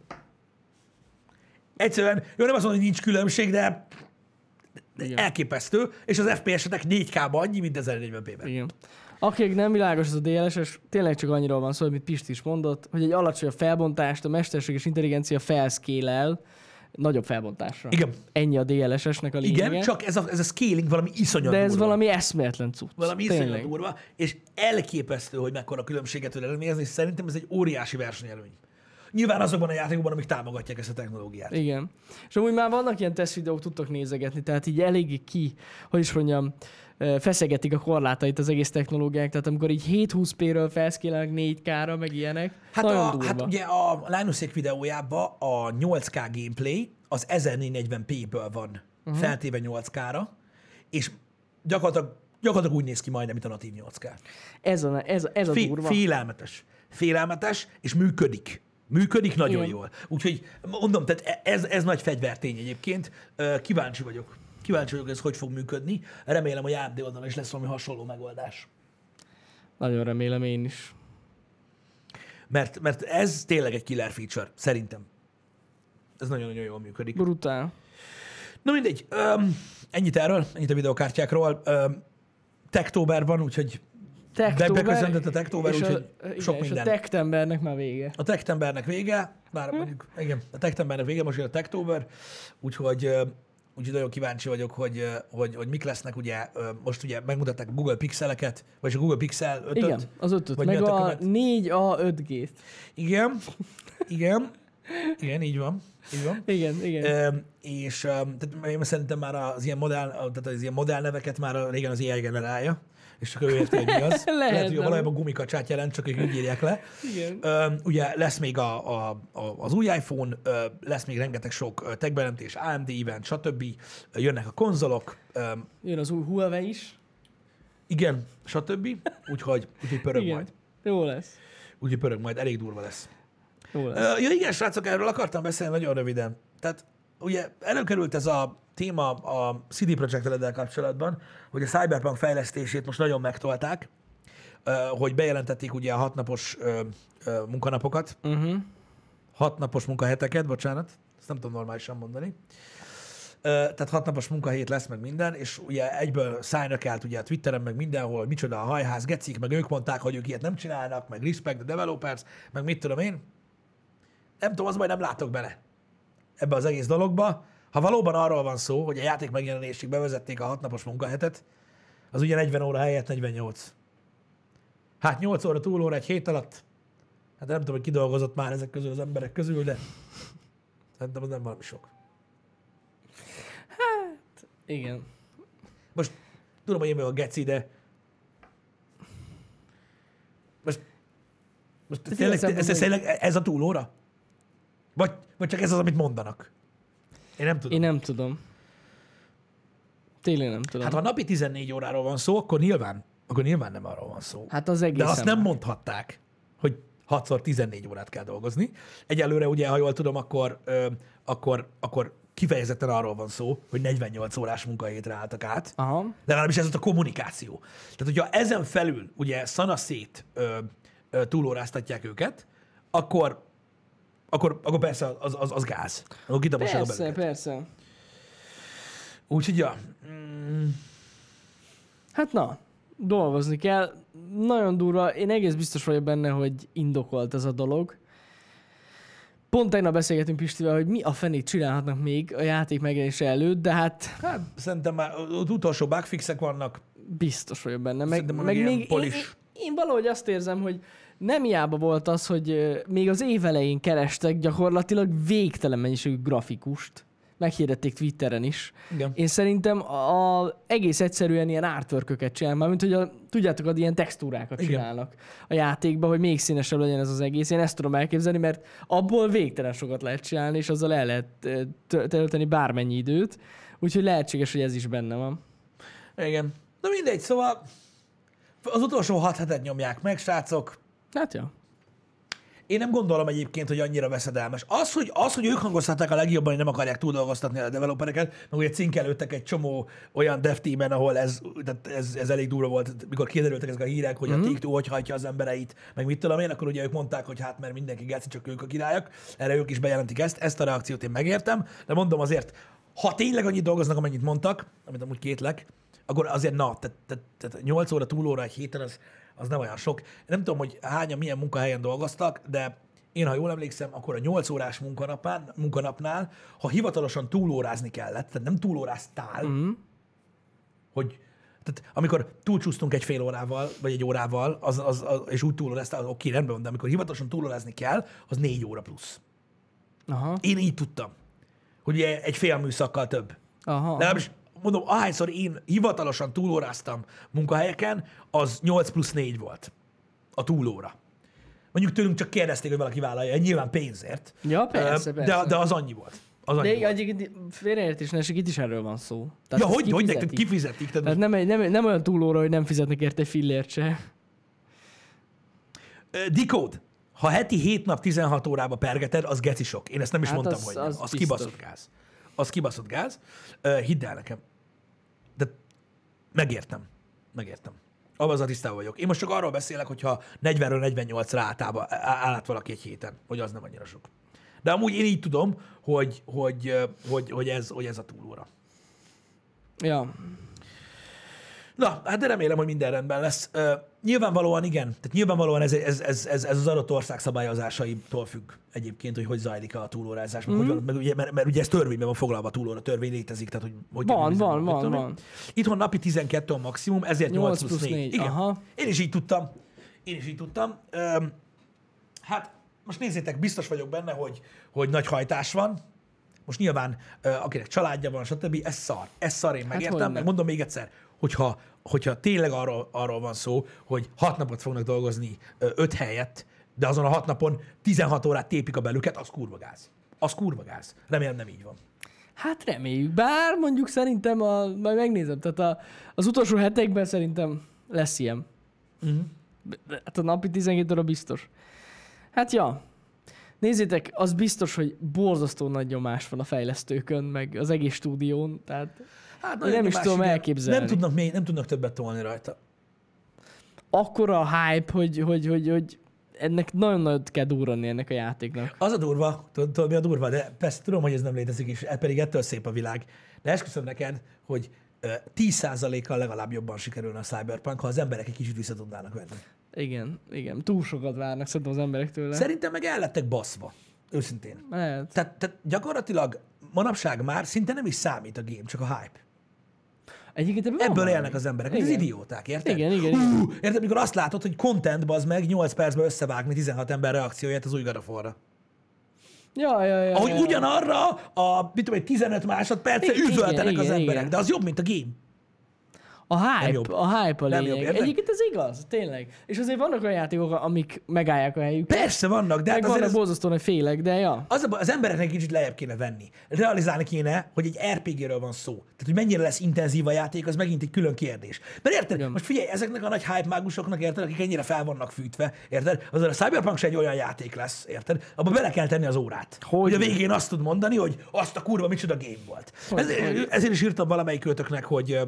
S1: egyszerűen, jó, nem azt mondom, hogy nincs különbség, de de
S2: Igen.
S1: elképesztő, és az FPS-etek 4K-ban annyi, mint 1040p-ben.
S2: Igen. Akik nem világos ez a DLSS, tényleg csak annyira van szó, amit Pist is mondott, hogy egy alacsonyabb felbontást a mesterséges intelligencia felszkélel nagyobb felbontásra.
S1: Igen.
S2: Ennyi a DLSS-nek a lényege.
S1: Igen, csak ez a, ez a scaling valami iszonyat
S2: De ez
S1: durva.
S2: valami eszméletlen cucc.
S1: Valami iszonyat
S2: tényleg.
S1: durva, és elképesztő, hogy mekkora különbséget tud eredményezni, és szerintem ez egy óriási versenyelőny. Nyilván azokban a játékokban, amik támogatják ezt a technológiát.
S2: Igen. És amúgy már vannak ilyen teszt videók, tudtok nézegetni, tehát így eléggé ki, hogy is mondjam, ö, feszegetik a korlátait az egész technológiák, tehát amikor így 720p-ről felszkélelnek 4K-ra, meg ilyenek,
S1: Hát,
S2: nagyon
S1: a,
S2: durva.
S1: hát ugye a Linusék videójában a 8K gameplay az 1440p-ből van
S2: Mhm.
S1: uh-huh. feltéve 8K-ra, és gyakorlatilag, gyakorlatilag úgy néz ki majdnem, mint a natív 8K.
S2: Ez a, ez, a- ez a
S1: Fé-
S2: durva.
S1: félelmetes. Félelmetes, és működik. Működik nagyon
S2: Igen.
S1: jól. Úgyhogy mondom, tehát e- ez, ez nagy fegyvertény egyébként. Ö, Kíváncsi vagyok. Kíváncsi vagyok, ez hogy fog működni. Remélem, hogy AMD oldalon is lesz valami hasonló megoldás.
S2: Nagyon remélem én is.
S1: Mert, mert ez tényleg egy killer feature, szerintem. Ez nagyon-nagyon jól működik.
S2: Brutál.
S1: Na mindegy, öm, ennyit erről, ennyit a videokártyákról. Öm, Techtober van, úgyhogy
S2: Techtober,
S1: beköszöntött a Techtober,
S2: és a-
S1: úgyhogy
S2: igen,
S1: sok
S2: és
S1: minden.
S2: a tektembernek már vége.
S1: A Techtembernek vége, bár mondjuk, igen, a Techtembernek vége, most jön a Techtober, úgyhogy, ö, úgyhogy nagyon kíváncsi vagyok, hogy, ö, hogy, hogy mik lesznek, ugye ö, most ugye megmutatták a Google Pixeleket, vagy a Google Pixel 5
S2: Igen, az ötöt.
S1: Vagy
S2: Meg
S1: mi a
S2: a
S1: tökömet?
S2: 4A 5G-t.
S1: igen, igen, igen, így van, így van.
S2: Igen, igen.
S1: Ö, és ö, tehát én szerintem már az ilyen modell, tehát az ilyen modell neveket már a- régen az AI generálja, és csak ő érti, hogy mi az. Lehet, hogy
S2: nem?
S1: valójában gumikacsát jelent, csak ők úgy írják le.
S2: Igen.
S1: Ö, ugye lesz még a, a, a, az új iPhone, ö, lesz még rengeteg sok ö, tech bejelentés, AMD event, stb. Ö, Jönnek a konzolok, ö,
S2: Jön az új Huawei is.
S1: igen, stb. Úgyhogy, úgyhogy pörög
S2: Igen.
S1: majd.
S2: Jó lesz.
S1: Úgyhogy pörög majd, elég durva lesz.
S2: Jó lesz.
S1: Ö, Ja igen, srácok, erről akartam beszélni nagyon röviden. Tehát ugye előkerült ez a téma a CD Projekt Reddel kapcsolatban, hogy a Cyberpunk fejlesztését most nagyon megtolták, ö, hogy bejelentették ugye a hatnapos ö, ö, munkanapokat,
S2: Uh-huh.
S1: hatnapos munkaheteket, bocsánat, ezt nem tudom normálisan mondani. Ö, Tehát hatnapos munkahét lesz meg minden, és ugye egyből szájnak állt ugye a Twitteren, meg mindenhol, hogy micsoda a hajház, gecik, meg ők mondták, hogy ők ilyet nem csinálnak, meg respect the developers, meg mit tudom én. Nem tudom, az majd nem látok bele ebbe az egész dologba. Ha valóban arról van szó, hogy a játék megjelenésig bevezették a hatnapos munkahetet, az ugye 40 óra helyett 48. Hát 8 óra túlóra egy hét alatt, Hát nem tudom, hogy kidolgozott már ezek közül az emberek közül, de szerintem az nem valami sok.
S2: Igen.
S1: Most tudom, hogy én vagyok a geci, de most, most
S2: Ez
S1: tényleg,
S2: ilyen
S1: ez, ez,
S2: szempontból-
S1: tényleg ez a túlóra? Vagy, vagy csak ez az, amit mondanak? Én nem tudom.
S2: Én nem tudom. Tényleg nem tudom.
S1: Hát ha napi 14 óráról van szó, akkor nyilván, akkor nyilván nem arról van szó.
S2: Hát az
S1: De
S2: egészen.
S1: azt nem mondhatták, hogy 6 14 órát kell dolgozni. Egyelőre ugye, ha jól tudom, akkor, ö, akkor, akkor kifejezetten arról van szó, hogy 48 órás munkahétre álltak át.
S2: Aha.
S1: Legalábbis ez ott a kommunikáció. Tehát, hogyha ezen felül ugye szanaszét ö, ö, túlóráztatják őket, akkor, akkor, akkor persze az, az, az gáz. Akkor kitapossák a
S2: Persze,
S1: belőle.
S2: persze.
S1: Úgyhogy, ja,
S2: Hát na, dolgozni kell. Nagyon durva, én egész biztos vagyok benne, hogy indokolt ez a dolog. Pont tegnap beszélgetünk Pistivel, hogy mi a fenét csinálhatnak még a játék megjelenése előtt, de hát
S1: hát szerintem már ott utolsó bugfixek vannak.
S2: biztos vagyok benne. Meg,
S1: Szerintem
S2: meg
S1: meg ilyen
S2: még én,
S1: polis.
S2: én valahogy azt érzem, hogy nem hiába volt az, hogy ö, még az év elején kerestek gyakorlatilag végtelen mennyiségű grafikust. Meghirdették Twitteren is.
S1: Igen.
S2: Én szerintem a, a egész egyszerűen ilyen artworköket csinál, már mint hogy a, tudjátok, ad ilyen textúrákat
S1: Igen.
S2: csinálnak a játékba, hogy még színesebb legyen ez az egész. Én ezt tudom elképzelni, mert abból végtelen sokat lehet csinálni, és azzal el lehet ö, tö- tölteni bármennyi időt. Úgyhogy lehetséges, hogy ez is benne van.
S1: Igen. Na mindegy, szóval az utolsó hat hetet nyomják meg, srácok.
S2: Hát ja.
S1: Én nem gondolom egyébként, hogy annyira veszedelmes. Az, hogy, az, hogy ők hangoztatták a legjobban, hogy nem akarják túldolgoztatni a developereket, meg ugye cinkelődtek egy csomó olyan dev teamen, ahol ez, tehát ez, ez elég durva volt, mikor kiderültek ezek a hírek, hogy a TikTok hogy hajtja az embereit, meg mit tudom én, akkor ugye ők mondták, hogy hát mert mindenki geci, csak ők a királyok, erre ők is bejelentik ezt, ezt a reakciót én megértem, de mondom azért, ha tényleg annyit dolgoznak, amennyit mondtak, amit amúgy kétlek, akkor azért na, tehát, tehát, tehát 8 óra, túlóra egy héten az, az nem olyan sok. Nem tudom, hogy hányan milyen munkahelyen dolgoztak, de én, ha jól emlékszem, akkor a 8 órás munkanapán, munkanapnál, ha hivatalosan túlórázni kellett, tehát nem túlóráztál, mm. hogy tehát amikor túlcsúsztunk egy fél órával, vagy egy órával, az, az, az, és úgy túlóráztál, az oké, rendben van, de amikor hivatalosan túlórázni kell, az négy óra plusz.
S2: Aha.
S1: Én így tudtam, hogy ugye egy fél műszakkal több.
S2: Aha.
S1: Legalábbis mondom, ahányszor én hivatalosan túlóráztam munkahelyeken, az 8 plusz 4 volt a túlóra. Mondjuk tőlünk csak kérdezték, hogy valaki vállalja, nyilván pénzért.
S2: Ja, persze,
S1: Ö,
S2: persze.
S1: De, de az annyi volt. Az annyi
S2: De
S1: de, volt.
S2: egyébként félreértés ne esik, itt is erről van szó.
S1: ja,
S2: ezt
S1: hogy, hogy neked
S2: kifizetik. Hát
S1: kifizetik. Tehát
S2: Tehát nem, egy- nem, nem olyan túlóra, hogy nem fizetnek érte egy fillért se.
S1: Ö, Decode, ha heti 7 nap 16 órába pergeted, az geci sok. Én ezt nem is
S2: Hát
S1: mondtam,
S2: az-
S1: hogy nem.
S2: az
S1: Az
S2: biztos.
S1: kibaszott gáz. Az kibaszott gáz. Ö, Hidd el nekem. De megértem. Megértem. Abban az a tisztában vagyok. Én most csak arról beszélek, hogyha 40-ről 48-ra átába, á- áll át valaki egy héten, hogy az nem annyira sok. De amúgy én így tudom, hogy, hogy, ö, hogy, hogy, ez, hogy ez a túlóra.
S2: Ja.
S1: Na, hát de remélem, hogy minden rendben lesz. Ö, nyilvánvalóan igen, tehát nyilvánvalóan ez, ez, ez, ez, ez az adott ország szabályozásaitól függ egyébként, hogy hogy zajlik a túlórázás, meg, mm. hogy
S2: Mhm.
S1: van, meg ugye, mert, mert, ugye ez törvényben van foglalva a túlóra, törvény létezik, tehát hogy... hogy
S2: Van,
S1: működik,
S2: van,
S1: mit
S2: van,
S1: tudom én.
S2: van.
S1: Itthon napi 12 a maximum, ezért 8, 8 plusz 4. 4. Igen.
S2: aha.
S1: Én is így tudtam. Én is így tudtam. Öm, hát most nézzétek, biztos vagyok benne, hogy, hogy nagy hajtás van. Most nyilván, ö, akinek családja van, stb., ez szar. Ez szar, én megértem,
S2: hogyne.
S1: meg mondom még egyszer, hogyha, hogyha tényleg arról, arról van szó, hogy hat napot fognak dolgozni ö, öt helyett, de azon a hat napon 16 órát tépik a belüket, az kurva gáz. Az kurva gáz. Remélem nem így van.
S2: Hát reméljük, bár mondjuk szerintem, a, majd megnézem, tehát a, az utolsó hetekben szerintem lesz ilyen. Uh-huh.
S1: Mhm.
S2: Hát a napi 12 óra biztos. Hát ja, nézzétek, az biztos, hogy borzasztó nagy nyomás van a fejlesztőkön, meg az egész stúdión, tehát
S1: Hát
S2: Én nem is
S1: nyomás,
S2: tudom
S1: igen.
S2: elképzelni.
S1: Nem tudnak, még, nem tudnak többet tolni rajta.
S2: akkora a hype, hogy, hogy, hogy, hogy ennek nagyon nagyot kell durrani ennek a játéknak.
S1: Az a durva, tudod, tudod mi a durva, de persze tudom, hogy ez nem létezik is, e- pedig ettől szép a világ. De esküszöm neked, hogy ö, 10%-kal legalább jobban sikerülne a Cyberpunk, ha az emberek egy kicsit vissza tudnának venni.
S2: Igen, igen. Túl sokat várnak szerintem az emberek tőle.
S1: Szerintem meg el lettek baszva, őszintén.
S2: Lehet.
S1: Tehát, tehát gyakorlatilag manapság már szinte nem is számít a game, csak a hype.
S2: Egyébként ebben van
S1: Ebből
S2: valami.
S1: élnek az emberek, mint az
S2: Igen.
S1: idióták, érted?
S2: Igen, igen,
S1: Hú, Érted, mikor azt látod, hogy content bazd meg 8 percben összevágni 16 ember reakcióját az új gadaforra.
S2: Ja, ja, ja.
S1: Ahogy
S2: ja.
S1: ugyanarra a, mit tudom, egy 15 másodperce
S2: Igen,
S1: üvöltenek
S2: igen,
S1: az emberek,
S2: igen.
S1: de az jobb, mint a game.
S2: A hype,
S1: jobb.
S2: a hype a
S1: Nem
S2: lényeg.
S1: jobb, érted?
S2: Egyébként ez igaz, tényleg. És azért vannak olyan játékok, amik megállják a helyüket.
S1: Persze vannak, de
S2: Meg
S1: hát azért
S2: vannak
S1: ez,
S2: ez... borzasztó nagy félek, de ja.
S1: az, a baj, az embereknek kicsit lejjebb kéne venni. Realizálni kéne, hogy egy RPG-ről van szó. Tehát, hogy mennyire lesz intenzív a játék, az megint egy külön kérdés. Mert érted?
S2: Igen.
S1: Most figyelj, ezeknek a nagy hype mágusoknak, érted, akik ennyire fel vannak fűtve, érted? Azért a Cyberpunk se egy olyan játék lesz, érted? Abba bele kell tenni az órát.
S2: Hogy?
S1: Hogy a végén azt tud mondani, hogy azt a kurva micsoda game volt. Ez, ezért is írtam valamelyikőtöknek, hogy ö,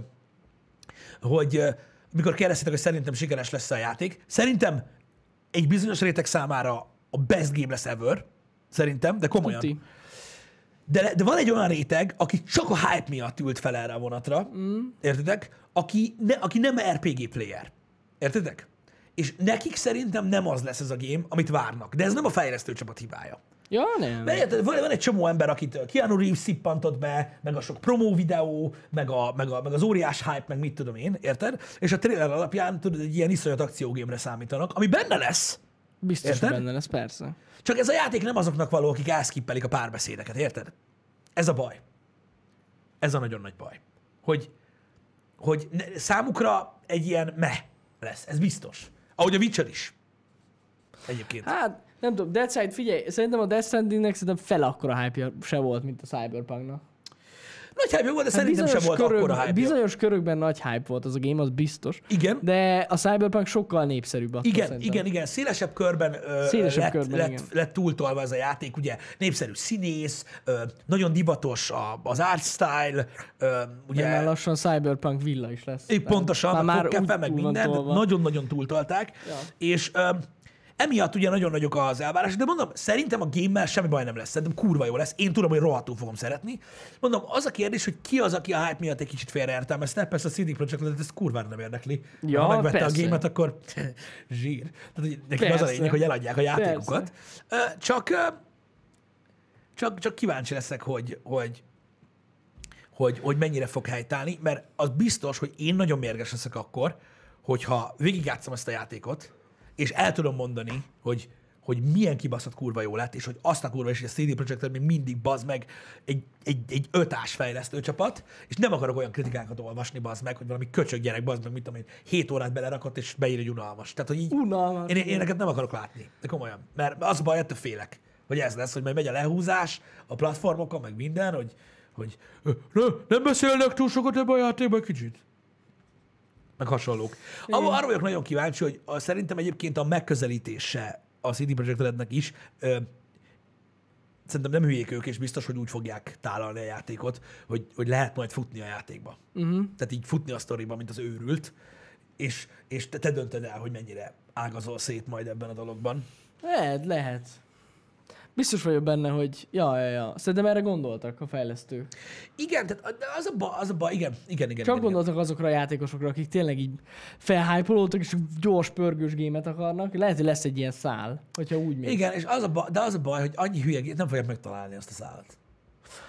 S1: hogy ö, mikor kérdeztétek, hogy szerintem sikeres lesz a játék, szerintem egy bizonyos réteg számára a best game lesz ever, szerintem, de komolyan.
S2: Tuti.
S1: De, de van egy olyan réteg, aki csak a hype miatt ült fel erre a vonatra, mm. értedek? Aki, ne, aki nem RPG player. Értedek? És nekik szerintem nem az lesz ez a game, amit várnak. De ez nem a fejlesztő csapat hibája.
S2: Ja, nem.
S1: Mert érted, van, van egy csomó ember, akit uh, Keanu Reeves szippantott be, meg a sok promó videó, meg, a, meg, a, meg az óriás hype, meg mit tudom én, érted? És a trailer alapján tudod, egy ilyen iszonyat akciógémre számítanak, ami benne lesz,
S2: Biztos
S1: Érted?
S2: Érted? benne lesz, persze.
S1: csak ez a játék nem azoknak való, akik elszkippelik a párbeszédeket, érted? Ez a baj. Ez a nagyon nagy baj. Hogy, hogy ne, számukra egy ilyen meh lesz, ez biztos. Ahogy a Witcher is. Egyébként.
S2: Hát, nem tudom, Dead Side, figyelj, szerintem a Death Strandingnek szerintem fel akkora hype se volt, mint a Cyberpunknak.
S1: Nagy hype volt, de
S2: Hát
S1: szerintem sem volt
S2: körök-
S1: akkora hype.
S2: Bizonyos körökben nagy hype volt az a game, az biztos.
S1: Igen.
S2: De a Cyberpunk sokkal népszerűbb attól
S1: Igen,
S2: szerintem.
S1: igen, igen, szélesebb körben, ö,
S2: Szélesebb
S1: lett,
S2: körben,
S1: lett,
S2: igen.
S1: lett túltolva ez a játék, ugye népszerű színész, ö, nagyon divatos a, az art style, ö, ugye
S2: Mert már lassan Cyberpunk villa is lesz.
S1: így pontosan, már, már úgy, meg
S2: túl van
S1: mindent,
S2: tolva.
S1: nagyon-nagyon túltolták,
S2: Ja.
S1: és ö, emiatt ugye nagyon nagyok az elvárások, de mondom, szerintem a gémmel semmi baj nem lesz, szerintem kurva jó lesz, én tudom, hogy rohadtul fogom szeretni. Mondom, az a kérdés, hogy ki az, aki a hype miatt egy kicsit félreértelmezte, persze a CD Projekt Red ez kurvára nem érdekli.
S2: Ja,
S1: ha megvette
S2: persze.
S1: a gémet, akkor zsír. Tehát hogy nekik az a
S2: Persze.
S1: lényeg, hogy eladják a játékokat. Ö, Csak, ö, csak, csak kíváncsi leszek, hogy, hogy, hogy, hogy mennyire fog helytállni, mert az biztos, hogy én nagyon mérges leszek akkor, hogyha végigjátszom ezt a játékot, és el tudom mondani, hogy, hogy milyen kibaszott kurva jó lett, és hogy azt a kurva is, hogy a CD Projekt Red még mindig bazd meg egy, egy, egy ötás fejlesztő csapat, és nem akarok olyan kritikákat olvasni, bazd meg, hogy valami köcsög gyerek, bazd meg, mit tudom én, 7 órát belerakott, és beír egy unalmas. Tehát, hogy így,
S2: Unalmas.
S1: én, én ezeket nem akarok látni, de komolyan. Mert az a baj, ettől félek, hogy ez lesz, hogy majd megy a lehúzás a platformokon, meg minden, hogy, hogy ö, ne, nem beszélnek túl sokat ebben a játékban egy kicsit. Meg hasonlók. Abba, arra vagyok nagyon kíváncsi, hogy a, szerintem egyébként a megközelítése a CD Projekt Rednek is ö, szerintem nem hülyék ők, és biztos, hogy úgy fogják tálalni a játékot, hogy, hogy lehet majd futni a játékba. Uh-huh. Tehát így futni a sztoriba, mint az őrült, és, és te, te döntöd el, hogy mennyire ágazol szét majd ebben a dologban.
S2: Lehet, lehet. Biztos vagyok benne, hogy ja, ja, ja. Szerintem erre gondoltak a fejlesztők.
S1: Igen, tehát de az a baj, az a baj, igen, igen, igen.
S2: Csak
S1: igen, igen.
S2: gondoltak azokra a játékosokra, akik tényleg így felhájpolódtak, és gyors pörgős gémet akarnak. Lehet, hogy lesz egy ilyen szál, hogyha úgy még.
S1: Igen, és az a baj, de az a baj, hogy annyi hülye, gé- nem fogják megtalálni azt a szállat.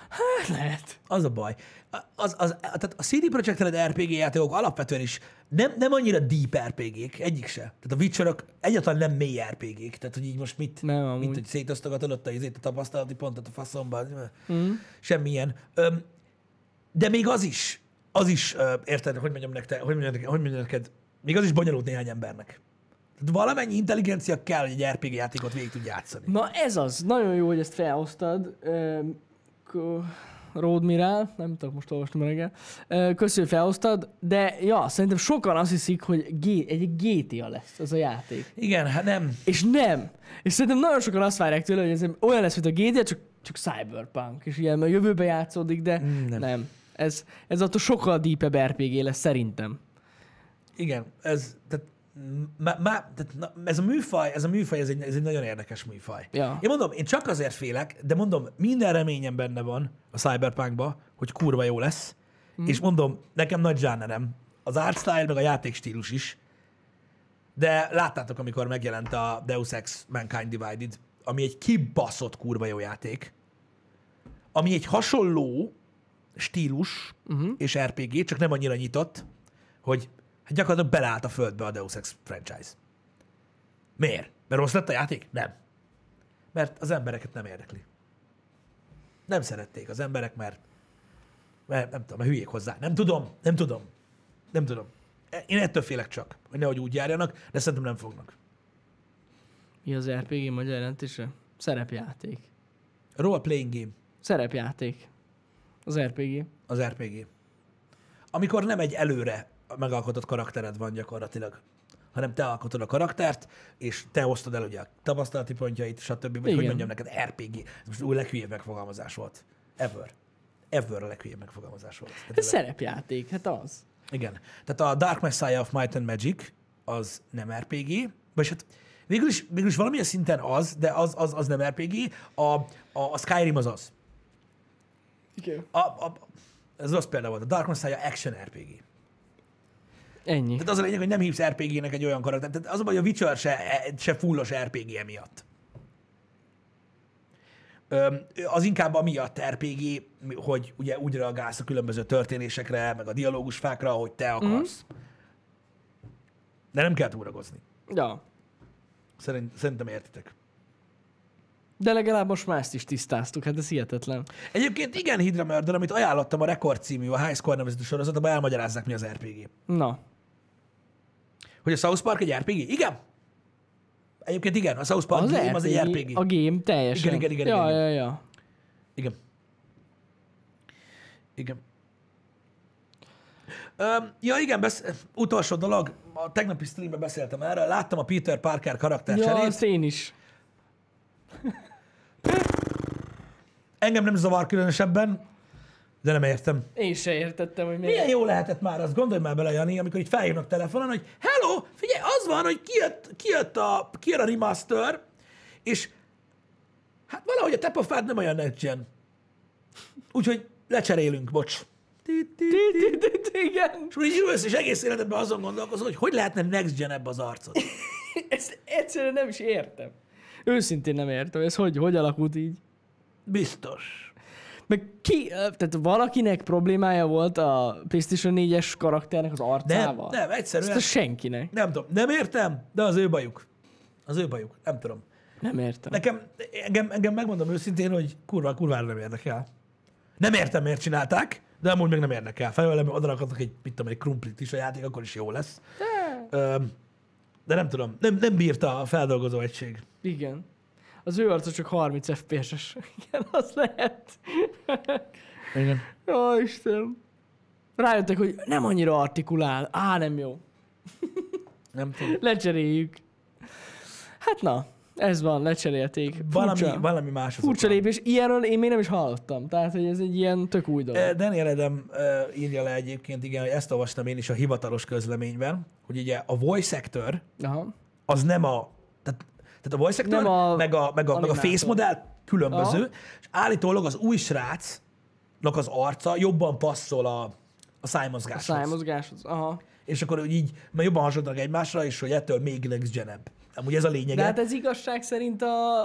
S2: Hát, Lehet.
S1: Az a baj. A- Az, az, tehát a CD Projekt Red RPG játékok alapvetően is nem, nem annyira deep RPG-k, egyik se. Tehát a witcher egyáltalán nem mély RPG-k, tehát hogy így most mit,
S2: Nem, amúgy.
S1: mit hogy szétosztogatod ott a, izét, a tapasztalati pontot a faszomban, mm. semmilyen. Öm, de még az is, az is, ö, érted, hogy mondjam nektek, hogy mondjam neked, hogy mondjam neked, még az is bonyolult néhány embernek. Tehát valamennyi intelligencia kell, hogy egy RPG játékot végig tud játszani.
S2: Na ez az. Nagyon jó, hogy ezt felhoztad. Öm, k- Road Miral, nem tudok most olvasni ma reggel. Ö, Köszi, hogy felhoztad, de ja, szerintem sokan azt hiszik, hogy G- egy GTA lesz ez a játék.
S1: Igen, hát nem.
S2: És nem. És szerintem nagyon sokan azt várják tőle, hogy ez olyan lesz, mint a GTA, csak, csak cyberpunk, és ilyen a jövőbe játszódik, de
S1: nem.
S2: nem. nem. Ez, ez attól sokkal deepebb RPG lesz szerintem.
S1: Igen, ez, tehát, má, má, tehát na, ez a műfaj, ez a műfaj, ez egy, ez egy nagyon érdekes műfaj.
S2: Ja.
S1: Én mondom, én csak azért félek, de mondom, minden reményem benne van a Cyberpunkba, hogy kurva jó lesz, mm. és mondom, nekem nagy zsánerem, az art style, meg a játékstílus is, de láttátok, amikor megjelent a Deus Ex Mankind Divided, ami egy kibaszott kurva jó játék, ami egy hasonló stílus uh-huh. és RPG, csak nem annyira nyitott, hogy hát gyakorlatilag beleállt a földbe a Deus Ex franchise. Miért? Mert rossz lett a játék? Nem. Mert az embereket nem érdekli. Nem szerették az emberek, mert, mert nem tudom, mert hülyék hozzá. Nem tudom, nem tudom. Nem tudom. Én ettől félek csak, hogy nehogy úgy járjanak, de szerintem nem fognak.
S2: Mi az RPG magyar jelentése? Szerepjáték.
S1: Role playing game
S2: Szerepjáték. Az RPG.
S1: az RPG. Amikor nem egy előre megalkotott karaktered van gyakorlatilag, hanem te alkotod a karaktert, és te osztod el ugye a tapasztalati pontjait, stb. Vagy hogy
S2: Igen.
S1: mondjam neked, RPG. Ez most új leghülyébb megfogalmazás volt. Ever. Ever a leghülyébb megfogalmazás volt. Tehát
S2: Ez
S1: tényleg-
S2: szerepjáték, hát az.
S1: Igen. Tehát a Dark Messiah of Might and Magic az nem RPG, vagy hát végül is, végül is valamilyen szinten az, de az, az, az nem RPG. A, a, a Skyrim az az.
S2: Igen.
S1: A, a, ez rossz példa volt. A Dark Messiah action RPG.
S2: Ennyi.
S1: Tehát az a lényeg, hogy nem hívsz RPG-nek egy olyan karaktert. Tehát az a baj, hogy a Witcher se, se fullos RPG emiatt. Öm, Az inkább amiatt RPG, hogy ugye úgy reagálsz a különböző történésekre, meg a dialógusfákra, ahogy te akarsz. Mm. De nem kell túragozni.
S2: Ja.
S1: Szerint, szerintem értitek.
S2: De legalább most már ezt is tisztáztuk, hát ez hihetetlen.
S1: Egyébként igen, Hydra Murder, amit ajánlottam a Rekord című, a High Score nevezetű sorozatban, elmagyarázzák, mi az RPG.
S2: Na,
S1: Hogy a South Park egy RPG? Igen. Egyébként igen, a South Park
S2: az,
S1: game
S2: RPG,
S1: az egy RPG.
S2: A game teljesen.
S1: Igen, igen, igen,
S2: Ja,
S1: igen.
S2: ja, ja.
S1: Igen. Igen. Öm, ja, igen, besz- utolsó dolog, a tegnapi streamben beszéltem erről, láttam a Peter Parker
S2: Ja,
S1: karaktercserét.
S2: azt én is.
S1: Engem nem zavar különösebben, de nem értem.
S2: Én se értettem, hogy miért.
S1: Milyen jó lehetett már az, gondolj már bele, Jani, amikor így felhívnak telefonon, hogy hello, figyelj, az van, hogy kijött, kijött a, kijön a remaster, és hát valahogy a tepofád nem olyan neccsen. Úgyhogy lecserélünk, bocs.
S2: Igen.
S1: És akkor így ülsz, és egész életedben azon gondolkozol, hogy hogy lehetne next gen ebbe az arcod.
S2: Ezt egyszerűen nem is értem. Őszintén nem értem, ez hogy, hogy alakult így.
S1: Biztos.
S2: Meg ki, tehát valakinek problémája volt a PlayStation 4-es karakternek az
S1: Nem,
S2: arcával?
S1: nem,
S2: Ezt
S1: egyszerűen.
S2: a senkinek.
S1: Nem tudom, nem értem, de az ő bajuk. Az ő bajuk, nem tudom.
S2: Nem értem.
S1: Nekem, engem, engem megmondom őszintén, hogy kurva, kurvára nem érdekel. Nem értem, miért csinálták, de amúgy meg nem érdekel. Felvelem, oda rakadnak egy, mit tudom, egy krumplit is a játék, akkor is jó lesz. Öm, De nem tudom, nem, nem bírta a feldolgozó egység.
S2: Igen. Az ő arca csak 30 FPS-es. Igen, az lehet.
S1: Igen.
S2: Ó, Istenem. Rájöttek, hogy nem annyira artikulál. Á, nem jó.
S1: Nem tudom.
S2: Lecseréljük. Hát na, ez van, lecserélték.
S1: Valami,
S2: Furcsa.
S1: valami más az
S2: Furcsa
S1: oka.
S2: lépés, ilyenről én még nem is hallottam. Tehát, hogy ez egy ilyen tök új dolog.
S1: Ö, Daniel Adam ö, írja le egyébként, igen, hogy ezt olvastam én is a hivatalos közleményben, hogy ugye a voice actor
S2: Aha.
S1: az nem a, tehát, tehát a voice actor
S2: Nem a
S1: meg, a, meg, a, meg a
S2: animátor.
S1: face modell különböző,
S2: Aha.
S1: és állítólag az új srácnak az arca jobban passzol a, a
S2: A
S1: szájmozgáshoz.
S2: szájmozgáshoz. Aha.
S1: És akkor így mert jobban hasonlítanak egymásra, és hogy ettől még next genebb. Amúgy ez a lényege.
S2: De hát ez igazság szerint a,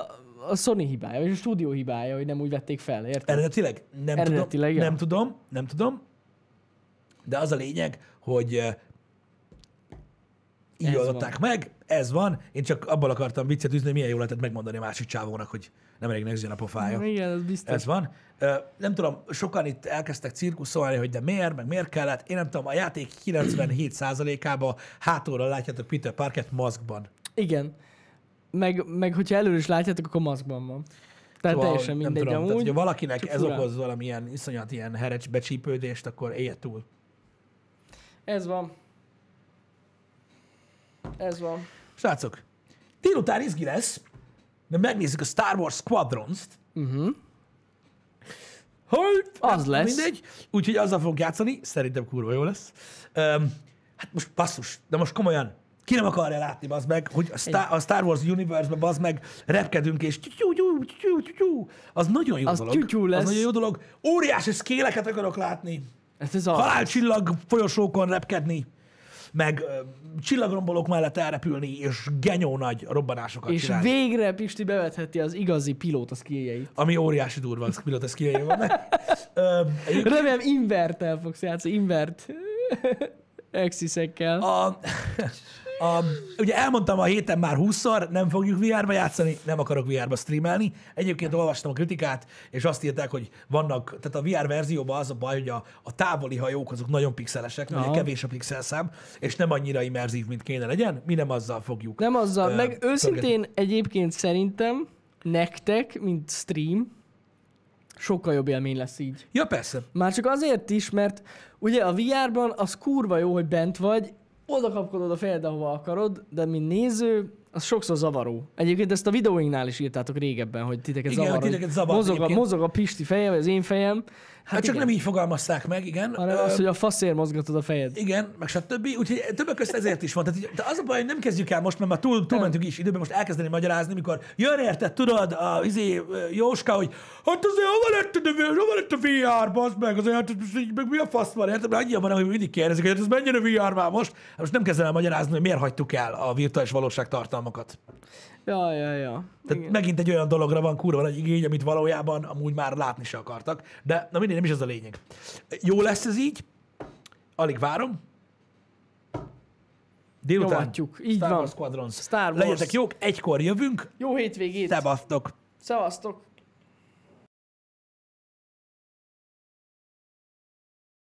S2: a Sony hibája, vagy a stúdió hibája, hogy nem úgy vették fel, érted?
S1: Eredetileg? Nem
S2: Eredetileg,
S1: tudom.
S2: ja.
S1: Nem tudom, nem tudom. De az a lényeg, hogy eh, így
S2: Ez
S1: oldották meg, ez van. Én csak abból akartam viccet üzni, hogy milyen jó lehetett megmondani a másik csávónak, hogy nem elég nehéz a pofája.
S2: Igen, az biztos.
S1: Ez van. Ö, Nem tudom, sokan itt elkezdtek cirkuszolni, hogy de miért, meg miért kellett. Én nem tudom, a játék 97%-ába hátulról látjátok Peter Parket maszkban.
S2: Igen. Meg, meg hogyha előre is látjátok, akkor maszkban van. Tehát
S1: Szóval,
S2: Hát
S1: nem
S2: teljesen mindegy,
S1: Tudom,
S2: amúgy.
S1: tehát, hogyha valakinek
S2: csak
S1: ez
S2: furán.
S1: okoz valamilyen iszonyat ilyen herecs becsípődést, akkor élje túl.
S2: Ez van. Ez van.
S1: Srácok, délután izgi lesz, mert megnézzük a Star Wars Squadrons-t.
S2: Hogy? Az lesz.
S1: Mindegy. Úgyhogy azzal fogunk játszani. Szerintem kurva jó lesz. Öm, hát most passzus, de most komolyan. Ki nem akarja látni, bazd meg, hogy a Star, a Star Wars Universe-be, bazd meg, repkedünk, és tyú, tyú, tyú, tyú, tyú. az nagyon jó
S2: Az
S1: dolog.
S2: tyú-tyú lesz.
S1: Az nagyon jó dolog. Óriási szkéleket akarok látni.
S2: Hát ez az.
S1: Halálcsillag folyosókon repkedni, meg ö, csillagrombolók mellett elrepülni, és genyó nagy robbanásokat
S2: És
S1: csinálni.
S2: végre Pisti bevetheti az igazi pilóta skilljeit.
S1: ami óriási durva, az pilot, ez kijön van. Ö, egyébként
S2: Remélem invertel fogsz játszani, invert exisekkel.
S1: A... A, ugye elmondtam a héten már 20-szor, nem fogjuk VR-ba játszani, nem akarok VR-ba streamelni. Egyébként olvastam a kritikát, és azt írták, hogy vannak, tehát a VR verzióban az a baj, hogy a, a távoli hajók azok nagyon pixelesek, ugye
S2: Aha.
S1: kevés a pixelszám, és nem annyira immerzív, mint kéne legyen. Mi nem azzal fogjuk.
S2: Nem azzal,
S1: Ö,
S2: meg őszintén egyébként szerintem nektek, mint stream, sokkal jobb élmény lesz így.
S1: Ja, persze. Hát
S2: Már csak azért is, mert ugye a VR-ban az kurva jó, hogy bent vagy, oda kapkodod a fejed, ahova akarod, de mint néző, az sokszor zavaró. Egyébként ezt a videóinknál is írtátok régebben, hogy titeket
S1: Igen,
S2: zavar.
S1: hogy titeket zavar
S2: mozog, a,
S1: egyébként.
S2: mozog a Pisti feje, vagy az én fejem.
S1: Hát, csak
S2: igen.
S1: nem így fogalmazták meg, igen.
S2: Hanem
S1: Ö,
S2: az, hogy a faszért mozgatod a fejed.
S1: Igen, meg stb. Úgyhogy többek között ezért is van. Tehát, így- de az a baj, hogy nem kezdjük el most, mert már túl, túlmentünk is időben, most elkezdeni magyarázni, mikor jön érted, tudod, a, izé, Jóska, hogy hát azért hova lett, a, hova lett a VR, bazd meg, azért, hát, ez így- meg mi a fasz van, érted? Mert annyian van, hogy mindig kérdezik, hogy hát ez menjen a VR már most. Hát most nem kezdem el magyarázni, hogy miért hagytuk el a virtuális valóság tartalmakat.
S2: Ja, ja, ja.
S1: Tehát Igen. megint egy olyan dologra van kurva nagy igény, amit valójában amúgy már látni se akartak. De na mindig nem is ez a lényeg. Jó lesz ez így. Alig várom. Délután.
S2: Nyomatjuk. Így
S1: Star
S2: van.
S1: Wars Squadrons.
S2: Star Wars.
S1: Legyetek jók, egykor jövünk.
S2: Jó hétvégét!
S1: Te basztok.
S2: Szevasztok!